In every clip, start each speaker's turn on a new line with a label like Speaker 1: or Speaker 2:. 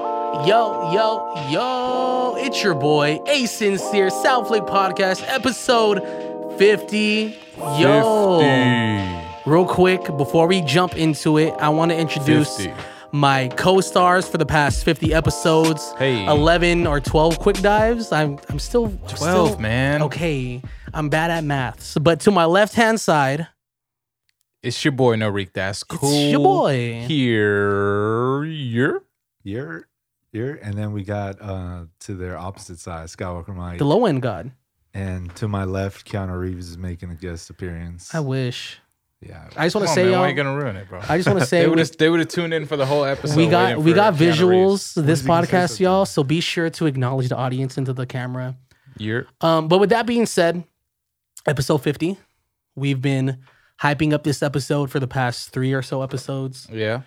Speaker 1: Yo, yo, yo, it's your boy, A Sincere South Lake Podcast, episode 50. Yo.
Speaker 2: 50.
Speaker 1: Real quick, before we jump into it, I want to introduce
Speaker 2: 50.
Speaker 1: my co-stars for the past 50 episodes.
Speaker 2: Hey.
Speaker 1: 11 or 12 quick dives. I'm I'm still I'm
Speaker 2: 12,
Speaker 1: still-
Speaker 2: man.
Speaker 1: Okay, I'm bad at maths. But to my left-hand side,
Speaker 2: It's your boy Norik. That's cool.
Speaker 1: your boy.
Speaker 2: Here. You're.
Speaker 3: You're, you're, and then we got uh, to their opposite side, Skywalker Mike,
Speaker 1: the low end god.
Speaker 3: and to my left, Keanu Reeves is making a guest appearance.
Speaker 1: I wish.
Speaker 3: yeah,
Speaker 1: I just want to
Speaker 2: Come on,
Speaker 1: say
Speaker 2: man, why
Speaker 1: y'all,
Speaker 2: you gonna ruin it, bro?
Speaker 1: I just want to say
Speaker 2: they would
Speaker 1: we,
Speaker 2: have they would have tuned in for the whole episode.
Speaker 1: we got
Speaker 2: waiting
Speaker 1: we
Speaker 2: for
Speaker 1: got
Speaker 2: Keanu Reeves.
Speaker 1: visuals this
Speaker 3: he gonna say
Speaker 1: podcast,
Speaker 3: something?
Speaker 1: y'all, so be sure to acknowledge the audience into the camera.
Speaker 2: You're.
Speaker 1: Um, but with that being said, episode 50, we've been hyping up this episode for the past three or so episodes,
Speaker 2: Yeah.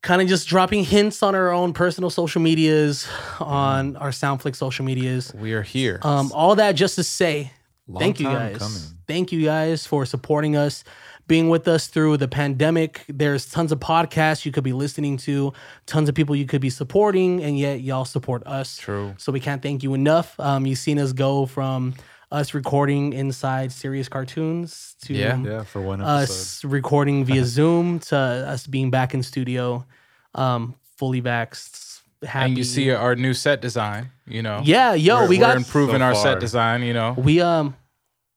Speaker 1: kind of just dropping hints on our own personal social medias, on our SoundFlick social medias.
Speaker 2: We are here.
Speaker 1: Um, all that just to say,
Speaker 3: Long
Speaker 1: thank you
Speaker 3: time
Speaker 1: guys. Mm-hmm. Thank you guys for supporting us, being with us through the pandemic. There's tons of podcasts you could be listening to, tons of people you could be supporting, and yet y'all support us.
Speaker 2: True.
Speaker 1: So we can't thank you enough. Um, you've seen us go from us recording inside serious cartoons to
Speaker 2: Yeah.
Speaker 3: Yeah, for
Speaker 1: Uh,
Speaker 3: one episode.
Speaker 1: us recording via Zoom to us being back in studio, um, fully vaxxed. Happy.
Speaker 2: and you see our new set design. You know.
Speaker 1: yeah, yo,
Speaker 2: We're-
Speaker 1: we got
Speaker 2: we're improving
Speaker 3: So
Speaker 2: our
Speaker 3: far.
Speaker 2: set design. You know.
Speaker 1: we um,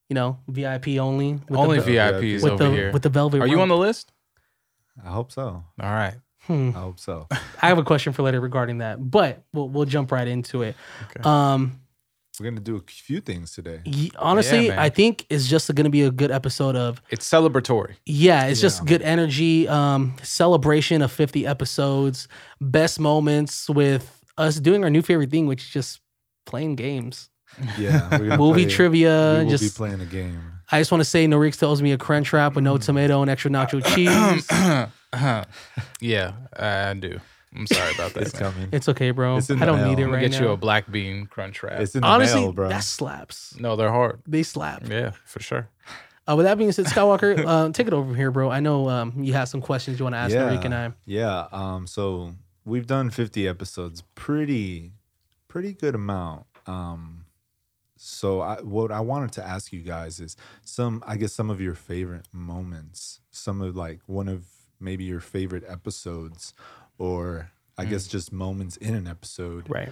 Speaker 1: you know, VIP only. With
Speaker 2: Only
Speaker 1: the, ve-
Speaker 2: VIPs
Speaker 1: with
Speaker 2: over
Speaker 1: the
Speaker 2: here.
Speaker 1: with the velvet.
Speaker 2: Are you
Speaker 1: rope.
Speaker 2: on the list?
Speaker 3: I hope so.
Speaker 2: All right.
Speaker 1: Hmm.
Speaker 3: I hope so.
Speaker 1: I have a question for later regarding that, but we'll we'll jump right into it.
Speaker 2: Okay.
Speaker 1: Um,
Speaker 3: We're gonna do a few things today.
Speaker 1: y- honestly,
Speaker 2: man.
Speaker 1: I think it's just going to be a good episode of
Speaker 2: It's celebratory.
Speaker 1: yeah, it's just
Speaker 3: Yeah.
Speaker 1: good energy. Um, celebration of 50 episodes, best moments with us doing our new favorite thing, which is just playing games,
Speaker 3: Yeah, we're gonna
Speaker 1: movie
Speaker 3: play-
Speaker 1: trivia.
Speaker 3: We will be
Speaker 1: just
Speaker 3: playing a game.
Speaker 1: I just want to say, Norix tells me a crunch wrap with no
Speaker 3: Mm.
Speaker 1: tomato and extra nacho cheese.
Speaker 2: yeah, I do. I'm sorry about that.
Speaker 3: It's
Speaker 2: man.
Speaker 3: coming.
Speaker 1: It's okay, bro.
Speaker 3: It's in
Speaker 1: I
Speaker 3: the
Speaker 1: don't need
Speaker 3: mail.
Speaker 1: it
Speaker 2: I'm gonna
Speaker 1: right
Speaker 2: get
Speaker 1: now.
Speaker 2: you a black bean crunch wrap.
Speaker 3: It's in the
Speaker 1: Honestly,
Speaker 3: mail, bro.
Speaker 1: that slaps.
Speaker 2: no, they're hard.
Speaker 1: They slap.
Speaker 2: Yeah, for sure.
Speaker 1: Uh, with that being said, Skywalker, um, take it over from here, bro. I know um, you have some questions you want to ask
Speaker 3: Yeah.
Speaker 1: Norik and I.
Speaker 3: Yeah. Um. So we've done 50 episodes, pretty, pretty good amount. Um. So I, what I wanted to ask you guys is some, I guess, some of your favorite moments, some of like one of maybe your favorite episodes, or I guess
Speaker 2: Mm.
Speaker 3: just moments in an episode.
Speaker 1: Right.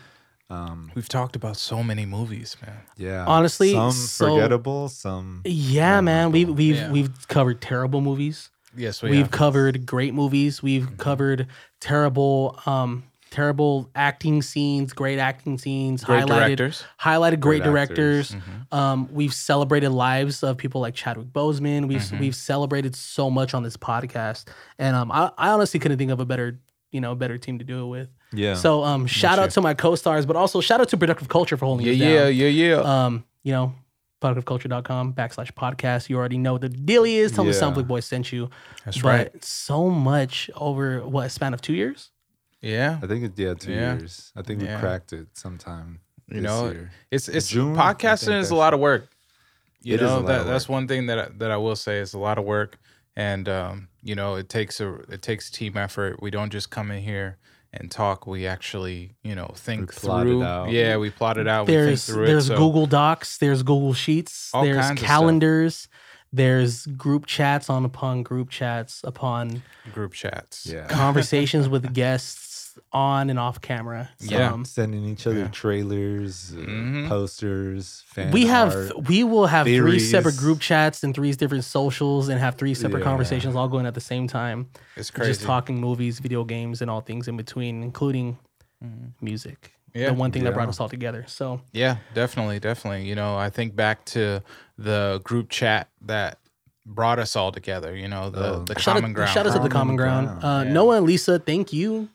Speaker 3: Um.
Speaker 2: We've talked about so many movies, man.
Speaker 3: Yeah.
Speaker 1: Honestly,
Speaker 3: some
Speaker 1: so-
Speaker 3: forgettable, some.
Speaker 1: Yeah, man. We've we've
Speaker 2: Yeah.
Speaker 1: we've covered terrible movies.
Speaker 2: Yes, we
Speaker 1: we've
Speaker 2: have.
Speaker 1: covered great movies. We've covered terrible um terrible acting scenes, great acting scenes,
Speaker 2: Great
Speaker 1: highlighted
Speaker 2: directors. Mm-hmm.
Speaker 1: highlighted great,
Speaker 3: Great
Speaker 1: directors.
Speaker 3: actors.
Speaker 1: Um, we've celebrated lives of people like Chadwick Boseman. We've
Speaker 2: Mm-hmm.
Speaker 1: we've celebrated so much on this podcast, and um, I, I honestly couldn't think of a better you know better team to do it with.
Speaker 3: Yeah.
Speaker 1: So um, shout out to my co-stars, but also shout out to Productive Culture for holding
Speaker 2: Yeah,
Speaker 1: us
Speaker 2: yeah,
Speaker 1: down.
Speaker 2: yeah, yeah.
Speaker 1: Um, you know, productiveculture.com backslash podcast. You already know what the deal is. Tell
Speaker 3: Yeah.
Speaker 1: them Soundflick Boy sent you.
Speaker 2: That's
Speaker 1: but
Speaker 2: right.
Speaker 1: so much over what a span of two years?
Speaker 2: Yeah,
Speaker 3: I think it, yeah, two
Speaker 2: Yeah.
Speaker 3: years. I think
Speaker 2: Yeah.
Speaker 3: we cracked it sometime.
Speaker 2: you
Speaker 3: this
Speaker 2: know,
Speaker 3: year.
Speaker 2: it's it's
Speaker 3: June, I
Speaker 2: podcasting
Speaker 3: think
Speaker 2: is
Speaker 3: that's-
Speaker 2: a lot of work. You
Speaker 3: It is a
Speaker 2: know
Speaker 3: lot
Speaker 2: that
Speaker 3: of
Speaker 2: that's one thing that I, that I will say is a lot of work, and um, you know it takes a it takes team effort. We don't just come in here and talk. We actually you know think
Speaker 3: plot it
Speaker 2: through.
Speaker 3: out.
Speaker 2: Yeah, we plot it out. Oh, we think
Speaker 1: there's
Speaker 2: through
Speaker 1: there's
Speaker 2: it. So-
Speaker 1: Google Docs, there's Google Sheets,
Speaker 2: All
Speaker 1: there's
Speaker 2: kinds of stuff.
Speaker 1: calendars, there's group chats on upon group chats upon
Speaker 2: group chats.
Speaker 3: Yeah.
Speaker 1: conversations with guests on and off camera. So,
Speaker 2: Yeah.
Speaker 1: um,
Speaker 3: sending each other trailers, uh,
Speaker 2: Mhm.
Speaker 3: posters, fan
Speaker 1: Mm-hmm. we have
Speaker 3: art.
Speaker 1: we will have three
Speaker 3: theories.
Speaker 1: separate group chats and three different socials and have three separate
Speaker 3: Yeah.
Speaker 1: conversations all going at the same time.
Speaker 2: It's crazy.
Speaker 1: Just talking movies, video games, and all things in between, including music.
Speaker 2: Mm. Yeah.
Speaker 1: The one thing that brought
Speaker 3: Yeah.
Speaker 1: us all together. So
Speaker 2: Yeah, definitely, definitely. You know, I think back to the group chat that brought us all together. You know, the
Speaker 3: Oh.
Speaker 2: the
Speaker 1: shout
Speaker 2: common
Speaker 1: out,
Speaker 2: ground.
Speaker 1: shout out to the common
Speaker 3: Common
Speaker 1: ground.
Speaker 3: ground,
Speaker 1: Uh,
Speaker 2: yeah.
Speaker 1: Noah and Lisa, thank you.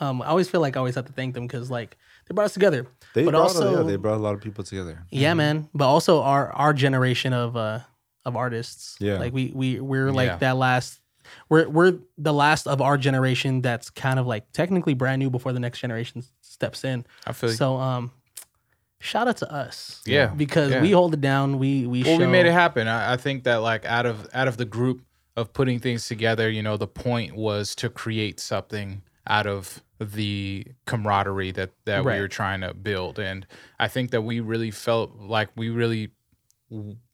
Speaker 1: Um, I always feel like I always have to thank them because like they brought us together.
Speaker 3: They
Speaker 1: but
Speaker 3: brought
Speaker 1: also-
Speaker 3: yeah, they brought a lot of people together.
Speaker 2: Mm-hmm.
Speaker 1: Yeah, man. But also our our generation of uh of artists.
Speaker 3: Yeah.
Speaker 1: Like we we we're like
Speaker 2: Yeah.
Speaker 1: that last we're we're the last of our generation that's kind of like technically brand new before the next generation steps in.
Speaker 2: I feel you.
Speaker 1: So um shout out to us.
Speaker 2: Yeah,
Speaker 1: Because
Speaker 2: yeah.
Speaker 1: we hold it down. We we
Speaker 2: well,
Speaker 1: show,
Speaker 2: we made it happen. I, I think that like out of out of the group of putting things together, you know, the point was to create something out of the camaraderie that that
Speaker 1: Right.
Speaker 2: we were trying to build and i think that we really felt like we really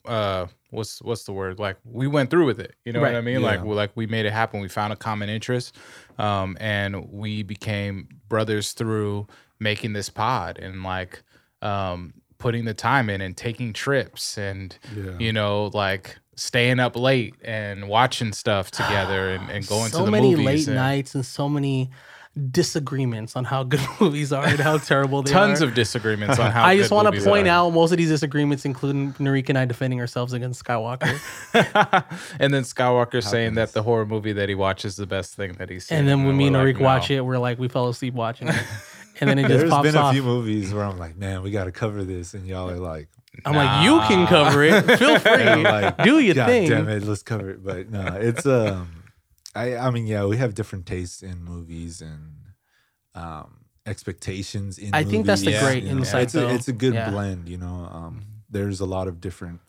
Speaker 2: uh what's what's the word like we went through with it you know what
Speaker 1: Right.
Speaker 2: i mean like
Speaker 3: Yeah.
Speaker 2: we like we made it happen we found a common interest um and we became brothers through making this pod and like um putting the time in and taking trips and
Speaker 3: Yeah.
Speaker 2: you know like staying up late and watching stuff together and, and going
Speaker 1: so
Speaker 2: to the
Speaker 1: many
Speaker 2: movies
Speaker 1: late
Speaker 2: and
Speaker 1: nights and so many disagreements on how good movies are and how terrible they are.
Speaker 2: tons of disagreements on how
Speaker 1: I just
Speaker 2: want
Speaker 1: want to point out most of these disagreements, including Narika and I defending ourselves against Skywalker,
Speaker 2: and then Skywalker saying that the horror movie that he watches is the best thing that he's seen.
Speaker 1: and then when me and
Speaker 2: we're
Speaker 1: Narika
Speaker 2: like,
Speaker 1: watch
Speaker 2: no.
Speaker 1: it, we're like we fell asleep watching it, and then it just
Speaker 3: There's
Speaker 1: pops
Speaker 3: been a
Speaker 1: off.
Speaker 3: few movies where I'm like, man, we got to cover this, and y'all are like,
Speaker 1: I'm like, you can cover it. Feel
Speaker 3: and I'm
Speaker 1: free.
Speaker 3: like,
Speaker 1: Do your
Speaker 3: God
Speaker 1: thing.
Speaker 3: damn it, let's cover it. But no, it's um, I I mean, yeah, we have different tastes in movies and um expectations in.
Speaker 1: I think that's the
Speaker 3: movies,
Speaker 2: great
Speaker 3: you know.
Speaker 1: insight,
Speaker 3: It's a,
Speaker 1: though.
Speaker 3: it's a good
Speaker 1: Yeah. Mm-hmm.
Speaker 3: blend, you know. Um, there's a lot of different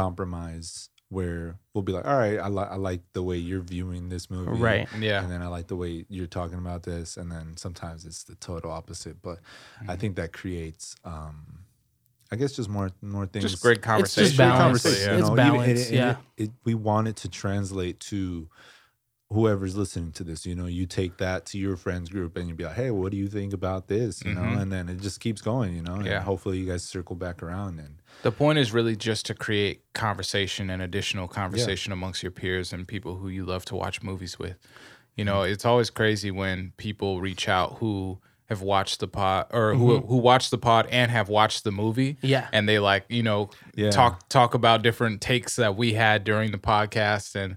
Speaker 3: compromise where we'll be like, all right, I like I like the way you're viewing this movie,
Speaker 1: Right.
Speaker 2: Yeah.
Speaker 3: and then I like the way you're talking about this, and then sometimes it's the total opposite. But I
Speaker 1: Mm-hmm.
Speaker 3: think that creates, um, I guess, just more more things.
Speaker 2: Just great
Speaker 1: It's
Speaker 2: conversation.
Speaker 1: just balance.
Speaker 2: honestly,
Speaker 1: It's
Speaker 2: yeah.
Speaker 3: you know, even-
Speaker 1: balance,
Speaker 3: and
Speaker 1: yeah.
Speaker 3: it- it- we want it to translate to whoever's listening to this. You know, you take that to your friends group, and you be like, "Hey, what do you think about this?" You know,
Speaker 2: Mhm.
Speaker 3: and then it just keeps going. You know, and
Speaker 2: Yeah.
Speaker 3: hopefully you guys circle back around and
Speaker 2: The point is really just to create conversation and additional conversation amongst your peers and people who you love to watch movies with. You know, it's always crazy when people reach out who have watched the pod or who who watched the pod and have watched the movie.
Speaker 1: Yeah.
Speaker 2: And they like, you know,
Speaker 3: Yeah.
Speaker 2: talk talk about different takes that we had during the podcast and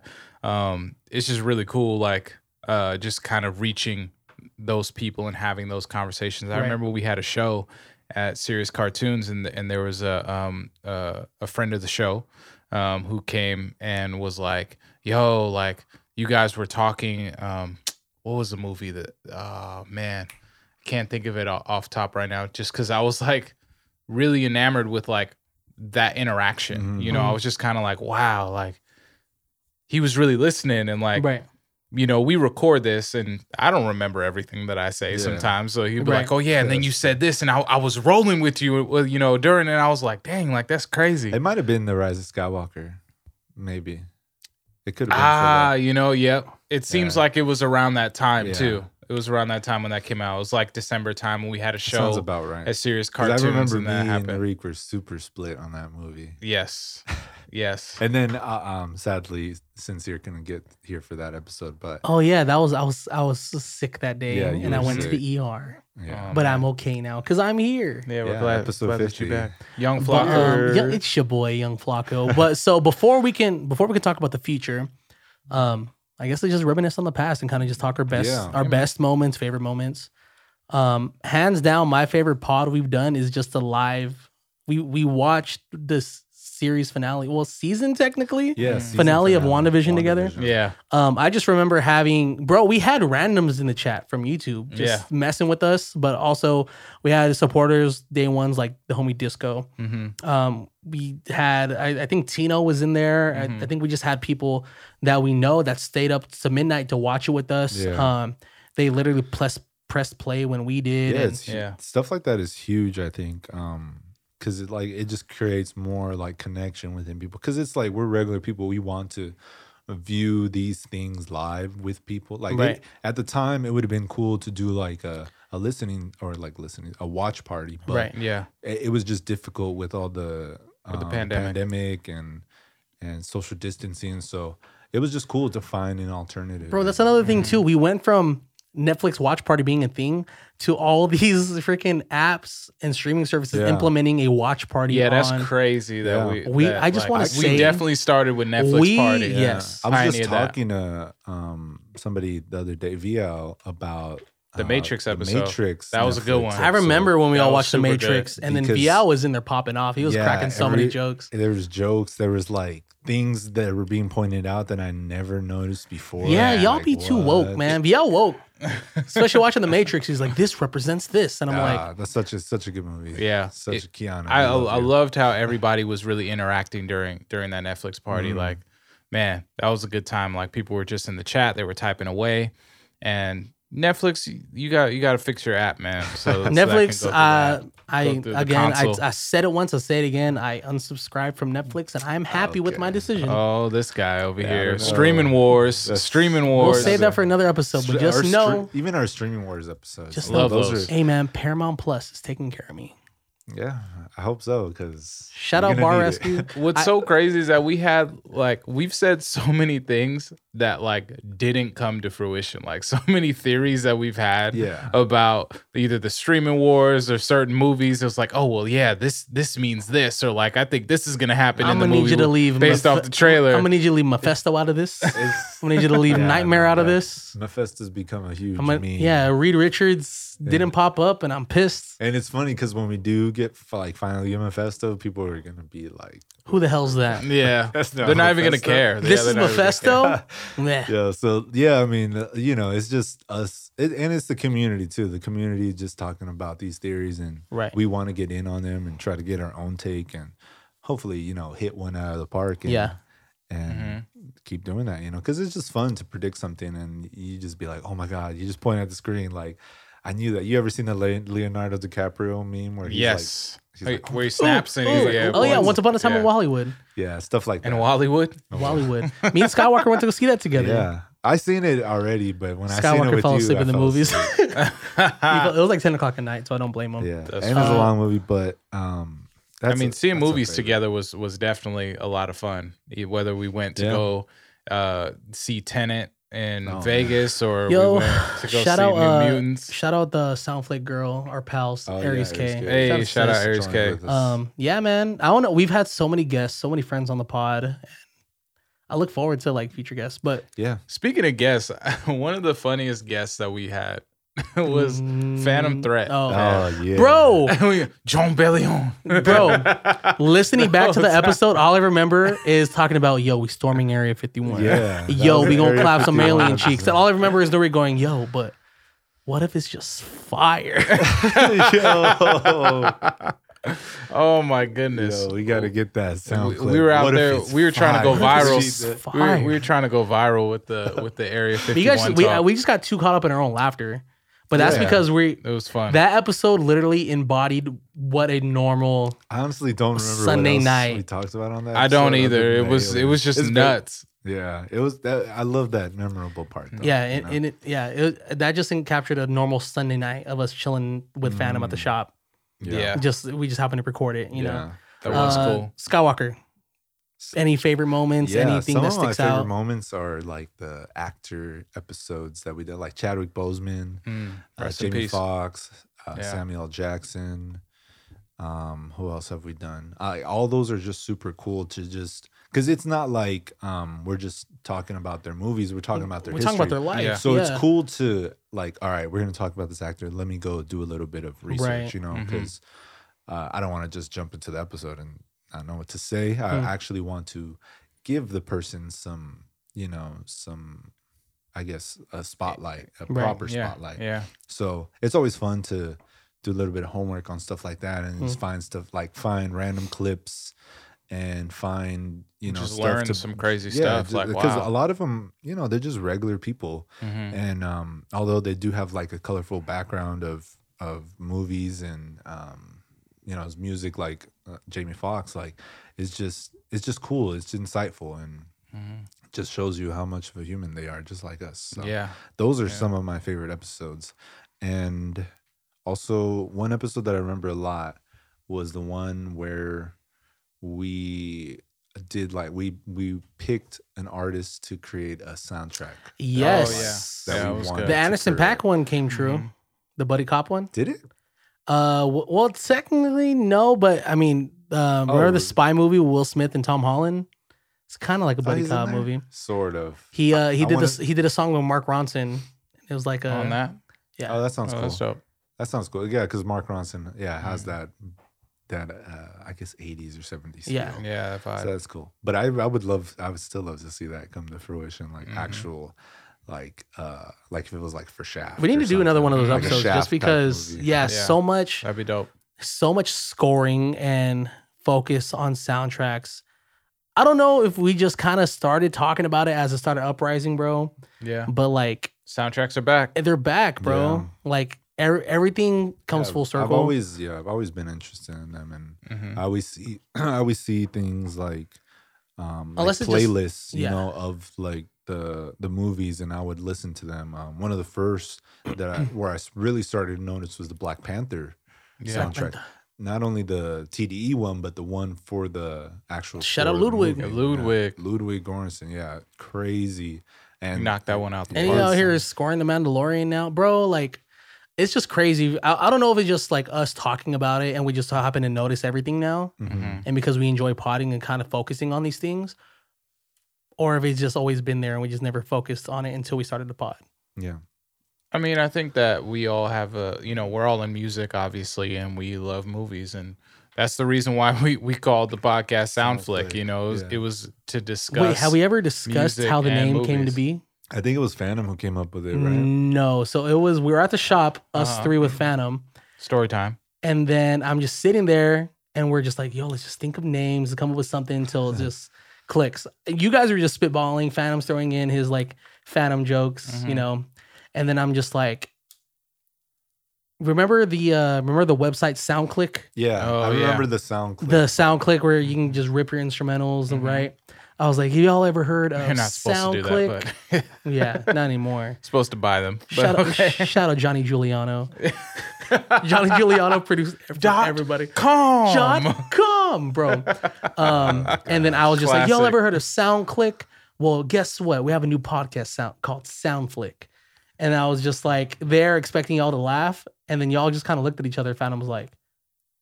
Speaker 2: um it's just really cool like uh just kind of reaching those people and having those conversations. I
Speaker 1: Right.
Speaker 2: remember we had a show at Serious Cartoons, and and there was a um uh, a friend of the show, um who came and was like, "Yo, like you guys were talking. Um, what was the movie that? Oh man, I can't think of it o- off top right now. Just because I was like really enamored with like that interaction.
Speaker 3: Mhm.
Speaker 2: You know, I was just kind of like, wow, like he was really listening and like
Speaker 1: Right.
Speaker 2: you know, we record this and I don't remember everything that I say
Speaker 3: Yeah.
Speaker 2: sometimes. So he'd be
Speaker 1: Right.
Speaker 2: like, oh, yeah. And then
Speaker 3: Yes.
Speaker 2: you said this and I, I was rolling with you, well, you know, during and I was like, dang, like that's crazy.
Speaker 3: it might have been the Rise of Skywalker, maybe. It could have been. for that.
Speaker 2: Ah, you know, yep. It seems
Speaker 3: Yeah.
Speaker 2: like it was around that time
Speaker 3: Yeah.
Speaker 2: too. It was around that time when that came out. It was like December time when we had a
Speaker 3: Sounds
Speaker 2: show,
Speaker 3: about right.
Speaker 2: a serious
Speaker 3: 'Cause
Speaker 2: cartoons,
Speaker 3: I remember
Speaker 2: and
Speaker 3: me
Speaker 2: that
Speaker 3: and
Speaker 2: happened.
Speaker 3: Reek were super split on that movie.
Speaker 2: yes. Yes.
Speaker 3: And then, uh, um, sadly, Sincere couldn't get here for that episode, but
Speaker 1: Oh yeah, that was I was I was sick that day,
Speaker 3: Yeah, you
Speaker 1: and I
Speaker 3: were
Speaker 1: went to the ER,
Speaker 3: yeah.
Speaker 2: Oh,
Speaker 1: but
Speaker 2: man.
Speaker 1: I'm okay now because I'm here.
Speaker 2: Yeah, we're
Speaker 3: Yeah,
Speaker 2: glad,
Speaker 3: episode
Speaker 2: glad that
Speaker 3: 50.
Speaker 2: you're back. Young
Speaker 1: But,
Speaker 2: Flocker.
Speaker 1: um, yeah, it's your boy, Young Flacco. But so before we can before we can talk about the future, um, I guess let's just reminisce on the past and kind of just talk our best
Speaker 3: Yeah.
Speaker 1: our best moments, favorite moments. Um, hands down, my favorite pod we've done is just the live. We we watched this series finale, well, season technically.
Speaker 3: Yeah,
Speaker 2: Mm.
Speaker 3: season
Speaker 1: Finale of WandaVision together?
Speaker 2: yeah.
Speaker 1: Um, I just remember having, bro, we had randoms in the chat from YouTube just messing with us, but also we had supporters day ones like the homie Disco.
Speaker 2: hmm
Speaker 1: Um, we had, I, I think Tino was in there. I,
Speaker 2: Mhm.
Speaker 3: Mm-hmm.
Speaker 1: I think we just had people that we know that stayed up to midnight to watch it with us.
Speaker 3: Yeah.
Speaker 1: Um, they literally press pressed play when we did.
Speaker 3: Yeah,
Speaker 1: and-
Speaker 3: it's, hu-
Speaker 2: Yeah.
Speaker 3: stuff like that is huge. I think because it like it just creates more like connection within people. Because it's like we're regular people. We want to view these things live with people. Like it-
Speaker 1: Right.
Speaker 3: at the time, it would have been cool to do like a a listening or like listening a watch party, but
Speaker 1: Right.
Speaker 2: Yeah.
Speaker 3: it, it was just difficult with all the
Speaker 2: With the
Speaker 3: um,
Speaker 2: pandemic.
Speaker 3: pandemic and and social distancing. So it was just cool to find an alternative.
Speaker 1: Bro, that's another
Speaker 3: Mm-hmm.
Speaker 1: thing too. We went from Netflix watch party being a thing to all these freaking apps and streaming services
Speaker 3: Yeah.
Speaker 1: implementing a watch party.
Speaker 2: Yeah, that's
Speaker 1: on-
Speaker 2: crazy that
Speaker 3: Yeah.
Speaker 2: we.
Speaker 1: We-
Speaker 2: that,
Speaker 1: I just wanna
Speaker 2: we
Speaker 1: say-
Speaker 2: definitely started with Netflix
Speaker 1: We-
Speaker 2: party.
Speaker 1: yeah. Yes.
Speaker 3: I was just
Speaker 2: Pioneered that.
Speaker 3: talking to um somebody the other day, VL, about
Speaker 2: The
Speaker 3: uh,
Speaker 2: Matrix episode.
Speaker 3: Matrix.
Speaker 2: That was a good
Speaker 3: Netflix
Speaker 2: one.
Speaker 1: I remember when we
Speaker 2: That
Speaker 1: all
Speaker 2: was
Speaker 1: watched The
Speaker 2: super
Speaker 1: Matrix, and then
Speaker 3: Because-
Speaker 1: VL was in there popping off. He was
Speaker 3: Yeah,
Speaker 1: cracking so many
Speaker 3: every-
Speaker 1: jokes.
Speaker 3: episode. There was jokes. There was like things that were being pointed out that I never noticed before.
Speaker 1: Yeah, y'all
Speaker 3: Like,
Speaker 1: be too
Speaker 3: what?
Speaker 1: woke, man. VL woke, especially watching The Matrix. He's like, this represents this, and I'm
Speaker 3: Ah,
Speaker 1: like,
Speaker 3: that's such a such a good movie.
Speaker 2: Yeah.
Speaker 3: such
Speaker 2: It-
Speaker 3: a Keanu.
Speaker 2: I, I,
Speaker 3: love you.
Speaker 2: loved how everybody was really interacting during during that Netflix party.
Speaker 3: Mhm.
Speaker 2: Like, man, that was a good time. Like people were just in the chat, they were typing away, and Netflix, you got you got to fix your app, man. So so that can
Speaker 1: Netflix,
Speaker 2: go through that.
Speaker 1: uh, I
Speaker 2: Go through the
Speaker 1: again, I,
Speaker 2: console.
Speaker 1: I said it once, I say it again. I unsubscribed from Netflix, and I'm happy with my decision.
Speaker 2: Oh, this guy over
Speaker 3: Yeah, I
Speaker 2: here.
Speaker 3: don't know.
Speaker 2: Streaming wars.
Speaker 3: That's-
Speaker 2: streaming
Speaker 1: we'll
Speaker 2: wars.
Speaker 1: save that for another episode, but
Speaker 3: Our
Speaker 1: just
Speaker 3: stre-
Speaker 1: know,
Speaker 3: even our streaming wars episodes.
Speaker 1: Just
Speaker 3: I love
Speaker 2: know
Speaker 3: those.
Speaker 2: those.
Speaker 3: Are,
Speaker 1: hey man, Paramount Plus is taking care of me.
Speaker 3: yeah, I hope so because
Speaker 1: Shout out Bar Rescue.
Speaker 2: What's so crazy is that we had like we've said so many things that like didn't come to fruition. Like so many theories that we've had
Speaker 3: Yeah.
Speaker 2: about either the streaming wars or certain movies. It's like, oh well, yeah, this this means this, or like I think this is gonna happen
Speaker 1: I'm
Speaker 2: in the
Speaker 1: gonna
Speaker 2: movie
Speaker 1: need you to leave
Speaker 2: based
Speaker 1: Meph-
Speaker 2: off the trailer.
Speaker 1: I'm gonna need you to leave Mephisto out of this. I'm
Speaker 3: It's,
Speaker 1: gonna need you to leave
Speaker 3: Yeah,
Speaker 1: Nightmare out of
Speaker 3: yeah.
Speaker 1: this.
Speaker 3: Mephisto's become a huge
Speaker 1: I'm gonna,
Speaker 3: meme.
Speaker 1: yeah, Reed Richards didn't pop up, and I'm pissed.
Speaker 3: and it's funny because when we do get like finally get Mephisto, people are gonna be like,
Speaker 1: Who the hell's that?
Speaker 2: yeah,
Speaker 3: That's not
Speaker 2: they're not even gonna
Speaker 3: Mephisto.
Speaker 2: care. Yeah,
Speaker 1: this
Speaker 2: they're
Speaker 1: is
Speaker 2: not even gonna care.
Speaker 1: Mephisto. Meh.
Speaker 3: yeah. So yeah, I mean, uh, you know, it's just us, it, and it's the community too. The community just talking about these theories, and
Speaker 1: Right.
Speaker 3: we want to get in on them and try to get our own take, and hopefully, you know, hit one out of the park. And,
Speaker 1: Yeah.
Speaker 3: And
Speaker 2: Mm-hmm.
Speaker 3: keep doing that, you know, because it's just fun to predict something, and you just be like, oh my god, you just point at the screen like. I knew that. You ever seen the Le- Leonardo DiCaprio meme where he's
Speaker 2: Yes.
Speaker 3: he's like,
Speaker 2: where he snaps and
Speaker 1: Ooh,
Speaker 2: he's
Speaker 1: ooh.
Speaker 2: like, yeah,
Speaker 1: oh yeah,
Speaker 2: boys.
Speaker 1: Once Upon a Time in
Speaker 2: Yeah.
Speaker 1: Hollywood.
Speaker 3: like, yeah, stuff like
Speaker 2: And
Speaker 3: that.
Speaker 2: Hollywood.
Speaker 1: Hollywood. Me and Skywalker went to go see that together.
Speaker 3: yeah, I seen it already, but when I seen it
Speaker 1: Skywalker
Speaker 3: with
Speaker 1: fell
Speaker 3: you,
Speaker 1: asleep
Speaker 3: I
Speaker 1: in the
Speaker 3: fell
Speaker 1: movies.
Speaker 3: asleep.
Speaker 1: He fell- it was like ten o'clock at night, so I don't blame him.
Speaker 3: Yeah,
Speaker 2: That's
Speaker 3: and it was a
Speaker 1: fine.
Speaker 3: long movie, but um,
Speaker 2: I
Speaker 3: that's
Speaker 2: mean,
Speaker 3: a-
Speaker 2: seeing
Speaker 3: that's a
Speaker 2: movies
Speaker 3: favorite.
Speaker 2: together was was definitely a lot of fun. E- Whether we went to
Speaker 3: Yeah.
Speaker 2: go uh, see Tenant in
Speaker 3: Oh,
Speaker 2: Vegas or
Speaker 1: Yo,
Speaker 2: we went to go
Speaker 1: shout
Speaker 2: see
Speaker 1: out,
Speaker 2: New
Speaker 1: uh,
Speaker 2: Mutants.
Speaker 1: Shout out the Soundflake girl, our pals,
Speaker 3: Oh, yeah,
Speaker 1: Aries K.
Speaker 3: Aries K.
Speaker 2: hey,
Speaker 1: Shout out to
Speaker 2: shout out
Speaker 1: sis.
Speaker 2: Aries
Speaker 3: Joined
Speaker 2: K.
Speaker 3: with us.
Speaker 1: Um, yeah, man. I don't know. We've had so many guests, so many friends on the pod. And I look forward to like future guests, but
Speaker 3: yeah,
Speaker 2: Speaking of guests, one of the funniest guests that we had was Phantom
Speaker 1: Mm,
Speaker 2: Threat.
Speaker 1: oh.
Speaker 3: oh yeah,
Speaker 1: bro,
Speaker 2: We- John Bellion.
Speaker 1: bro, listening back to the episode, all I remember is talking about yo, we storming Area 51.
Speaker 3: yeah, that
Speaker 1: yo,
Speaker 3: was
Speaker 1: we gonna
Speaker 3: very
Speaker 1: clap some
Speaker 3: 51
Speaker 1: alien cheeks. And all I remember is Nori going, yo, but what if it's just fire?
Speaker 3: episode.
Speaker 2: oh my
Speaker 3: yo,
Speaker 2: goodness.
Speaker 3: yo, we gotta get that sound.
Speaker 2: We-
Speaker 3: clip.
Speaker 2: we were out
Speaker 3: What if
Speaker 2: there-
Speaker 3: it's
Speaker 2: we were trying to go
Speaker 3: fire?
Speaker 2: viral.
Speaker 3: She- that-
Speaker 2: we were, we
Speaker 1: Fire.
Speaker 2: were trying to go viral with the with the Area 51
Speaker 1: you guys, we,
Speaker 2: talk.
Speaker 1: we just got too caught up in our own laughter, but that's
Speaker 3: Yeah.
Speaker 1: because we
Speaker 2: it was fun.
Speaker 1: that episode literally embodied what a normal
Speaker 3: I honestly don't remember what
Speaker 1: Sunday
Speaker 3: else
Speaker 1: night.
Speaker 3: we talked about on that.
Speaker 2: I don't
Speaker 3: episode
Speaker 2: either.
Speaker 3: other
Speaker 2: It
Speaker 3: than
Speaker 2: was
Speaker 3: the
Speaker 2: it was
Speaker 3: aliens.
Speaker 2: just
Speaker 3: It's great.
Speaker 2: nuts.
Speaker 3: Yeah, it was. That, I love that memorable part. Though,
Speaker 1: Yeah,
Speaker 3: you
Speaker 1: and,
Speaker 3: know?
Speaker 1: and it, yeah, it, that just captured a normal Sunday night of us chilling with Phantom at the shop.
Speaker 2: Yeah.
Speaker 1: Just we just happened to record it, you know.
Speaker 3: Mm. Yeah.
Speaker 2: That was
Speaker 1: Uh,
Speaker 2: cool.
Speaker 1: Skywalker. Any favorite moments? anything
Speaker 3: some
Speaker 1: that
Speaker 3: of my
Speaker 1: sticks
Speaker 3: favorite
Speaker 1: out?
Speaker 3: moments are like the actor episodes that we did, like Chadwick Boseman,
Speaker 2: Mm,
Speaker 3: uh,
Speaker 2: rest in
Speaker 3: Jamie
Speaker 2: peace.
Speaker 3: Foxx, uh,
Speaker 2: Yeah.
Speaker 3: Samuel L. Jackson. Um, who else have we done? I, all those are just super cool to just because it's not like um, we're just talking about their movies. We're talking about their
Speaker 1: We're
Speaker 3: history.
Speaker 1: talking about their life.
Speaker 2: Yeah.
Speaker 3: so
Speaker 1: Yeah.
Speaker 3: it's cool to like. All right, we're gonna talk about this actor. Let me go do a little bit of research.
Speaker 1: Right.
Speaker 3: You know,
Speaker 2: Mhm.
Speaker 3: because uh, I don't want to just jump into the episode and I don't know what to say. I
Speaker 1: Mm.
Speaker 3: actually want to give the person some, you know, some, I guess, a spotlight, a
Speaker 1: Right,
Speaker 3: proper
Speaker 2: Yeah,
Speaker 3: spotlight.
Speaker 2: Yeah.
Speaker 3: So it's always fun to do a little bit of homework on stuff like that
Speaker 2: Mm.
Speaker 3: and just find stuff like find random clips and find you know
Speaker 2: just
Speaker 3: stuff
Speaker 2: learn
Speaker 3: to-
Speaker 2: some crazy
Speaker 3: yeah,
Speaker 2: stuff.
Speaker 3: ju-
Speaker 2: like
Speaker 3: because
Speaker 2: wow.
Speaker 3: a lot of them you know they're just regular people
Speaker 2: Mhm.
Speaker 3: and um, although they do have like a colorful background of of movies and um, you know his music like uh, Jamie Foxx like it's just it's just cool it's insightful and
Speaker 2: Mhm.
Speaker 3: just shows you how much of a human they are just like us so
Speaker 2: Yeah.
Speaker 3: those are
Speaker 2: Yeah.
Speaker 3: some of my favorite episodes and also one episode that I remember a lot was the one where we did like we we picked an artist to create a soundtrack
Speaker 1: Yes.
Speaker 2: yeah. Yeah, it was good.
Speaker 1: The
Speaker 3: to
Speaker 1: Anderson
Speaker 3: create.
Speaker 1: Pack one came true.
Speaker 2: Mhm.
Speaker 1: The Buddy Cop one.
Speaker 3: Did it?
Speaker 1: Uh, w- well, technically no, but I mean, uh, remember
Speaker 3: Oh.
Speaker 1: the spy movie with Will Smith and Tom Holland? It's kind of like a Buddy
Speaker 3: he's in
Speaker 1: Cop
Speaker 3: there?
Speaker 1: movie.
Speaker 3: Sort of.
Speaker 1: He uh he
Speaker 3: I
Speaker 1: did
Speaker 3: wanna-
Speaker 1: this. He did a song with Mark Ronson. It was like a
Speaker 2: On that.
Speaker 1: yeah.
Speaker 3: Oh, that sounds
Speaker 2: Oh,
Speaker 3: cool.
Speaker 2: that's dope.
Speaker 3: that sounds cool. Yeah, because Mark Ronson, yeah, has that that uh, I guess eighties or seventies.
Speaker 1: Yeah.
Speaker 3: feel.
Speaker 2: Yeah. That
Speaker 3: So
Speaker 2: vibe.
Speaker 3: that's cool. But I I would love I would still love to see that come to fruition, like
Speaker 2: Mhm.
Speaker 3: actual like uh like if it was like for Shaft.
Speaker 1: We need
Speaker 3: or
Speaker 1: to do another
Speaker 3: something,
Speaker 1: one of those
Speaker 3: like a
Speaker 1: episodes
Speaker 3: Shaft
Speaker 1: just
Speaker 3: type
Speaker 1: because,
Speaker 3: movie.
Speaker 1: yeah,
Speaker 2: Yeah.
Speaker 1: so much,
Speaker 2: That'd be dope.
Speaker 1: so much scoring and focus on soundtracks. I don't know if we just kind of started talking about it as it started uprising, bro,
Speaker 3: Mm-hmm.
Speaker 2: Yeah.
Speaker 1: but like
Speaker 2: Soundtracks are back.
Speaker 1: They're back, bro. Like er- everything comes
Speaker 3: I've-
Speaker 1: full
Speaker 3: I've
Speaker 1: circle.
Speaker 3: always yeah, I've always been interested in them, and
Speaker 2: Mhm.
Speaker 3: I always see I always see things like um like
Speaker 1: Unless it just-
Speaker 3: playlists, you
Speaker 1: yeah.
Speaker 3: know, of like the the movies, and I would listen to them. Um, one of the first that I where I s- really started to notice was the Black Panther
Speaker 2: Yeah.
Speaker 3: soundtrack. Not only the TDE one, but the one for the actual
Speaker 1: Shout out
Speaker 3: for the
Speaker 1: Ludwig.
Speaker 3: movie,
Speaker 2: Yeah,
Speaker 3: yeah.
Speaker 2: Ludwig.
Speaker 3: Ludwig Göransson, yeah, crazy,
Speaker 2: You
Speaker 3: and
Speaker 2: knocked that one out. the
Speaker 1: And
Speaker 2: park.
Speaker 1: you
Speaker 3: Awesome.
Speaker 1: out here is scoring the Mandalorian now, bro. Like, it's just crazy. I, I don't know if it's just like us talking about it and we just happen to notice everything now,
Speaker 2: mm-hmm.
Speaker 3: Mhm.
Speaker 1: and because we enjoy potting and kind of focusing on these things, or if it's just always been there and we just never focused on it until we started the pod.
Speaker 3: yeah,
Speaker 2: I mean, I think that we all have a, you know, we're all in music, obviously, and we love movies, and that's the reason why we we called the podcast Sound Flick.
Speaker 3: Flick,
Speaker 2: You know, it was,
Speaker 3: yeah.
Speaker 2: it was to discuss.
Speaker 1: Wait, have we ever discussed
Speaker 2: music
Speaker 1: how the
Speaker 2: and
Speaker 1: name came to
Speaker 2: movies.
Speaker 1: be?
Speaker 3: I think it was Phantom who came up with it, right?
Speaker 1: Mm. No. So it was we were at the shop, us
Speaker 2: Uh-huh.
Speaker 1: three with Phantom,
Speaker 2: story time?
Speaker 1: and then I'm just sitting there and we're just like, yo, let's just think of names and come up with something until it just clicks. You guys were just spitballing. Phantom's throwing in his like Phantom jokes, you
Speaker 2: Mhm.
Speaker 1: know, and then I'm just like, remember the uh remember the website SoundClick,
Speaker 3: Yeah,
Speaker 2: Oh,
Speaker 3: I
Speaker 2: yeah.
Speaker 3: remember the sound clip.
Speaker 1: the SoundClick where you can just rip your instrumentals,
Speaker 2: Mhm.
Speaker 1: right? I was like, y'all ever heard of
Speaker 2: You're not supposed
Speaker 1: SoundClick?
Speaker 2: to do that, but
Speaker 1: yeah, not anymore.
Speaker 2: supposed to buy them. But
Speaker 1: Shout,
Speaker 2: okay.
Speaker 1: out, shout out Johnny Giuliano. Johnny Giuliano produced for
Speaker 2: Dot
Speaker 1: everybody.
Speaker 2: Calm.
Speaker 1: John, come, bro. Um, and then I was just like, y'all
Speaker 2: Classic.
Speaker 1: ever heard of SoundClick? Well, guess what? We have a new podcast sound called SoundFlick. And I was just like there expecting y'all to laugh. And then y'all just kind of looked at each other. Phantom was like,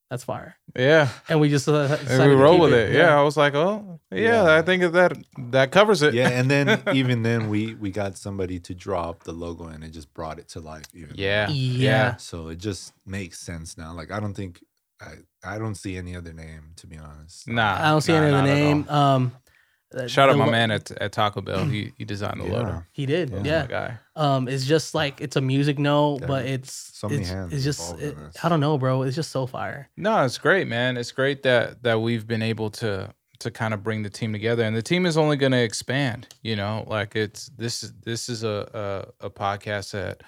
Speaker 1: that's fire.
Speaker 2: Yeah,
Speaker 1: And we just uh,
Speaker 2: and
Speaker 1: decided
Speaker 2: we
Speaker 1: to
Speaker 2: roll
Speaker 1: keep
Speaker 2: with it. Yeah. I was like, oh, yeah,
Speaker 3: Yeah.
Speaker 2: I think that that covers it.
Speaker 3: yeah, and then even then we we got somebody to draw up the logo and it just brought it to life. Even
Speaker 2: yeah,
Speaker 1: Yeah.
Speaker 3: So it just makes sense now. Like I don't think I I don't see any other name to be honest.
Speaker 2: Nah,
Speaker 1: I don't see
Speaker 2: nah,
Speaker 1: any
Speaker 2: not
Speaker 1: other
Speaker 2: at all.
Speaker 1: name. Um,
Speaker 2: Shout
Speaker 1: the
Speaker 2: out my
Speaker 1: lo-
Speaker 2: man at, at Taco Bell. He he designed the
Speaker 3: Yeah.
Speaker 2: logo.
Speaker 1: He did.
Speaker 3: Yeah.
Speaker 1: yeah.
Speaker 2: That guy.
Speaker 1: Um, it's just like it's a music note,
Speaker 3: Yeah.
Speaker 1: but it's
Speaker 3: So many
Speaker 1: it's,
Speaker 3: hands
Speaker 1: it's just
Speaker 3: involved in
Speaker 1: it-
Speaker 3: this.
Speaker 1: I don't know, bro. It's just so fire.
Speaker 2: No, it's great, man. It's great that that we've been able to to kind of bring the team together, and the team is only going to expand. You know, like it's this is this is a a, a podcast that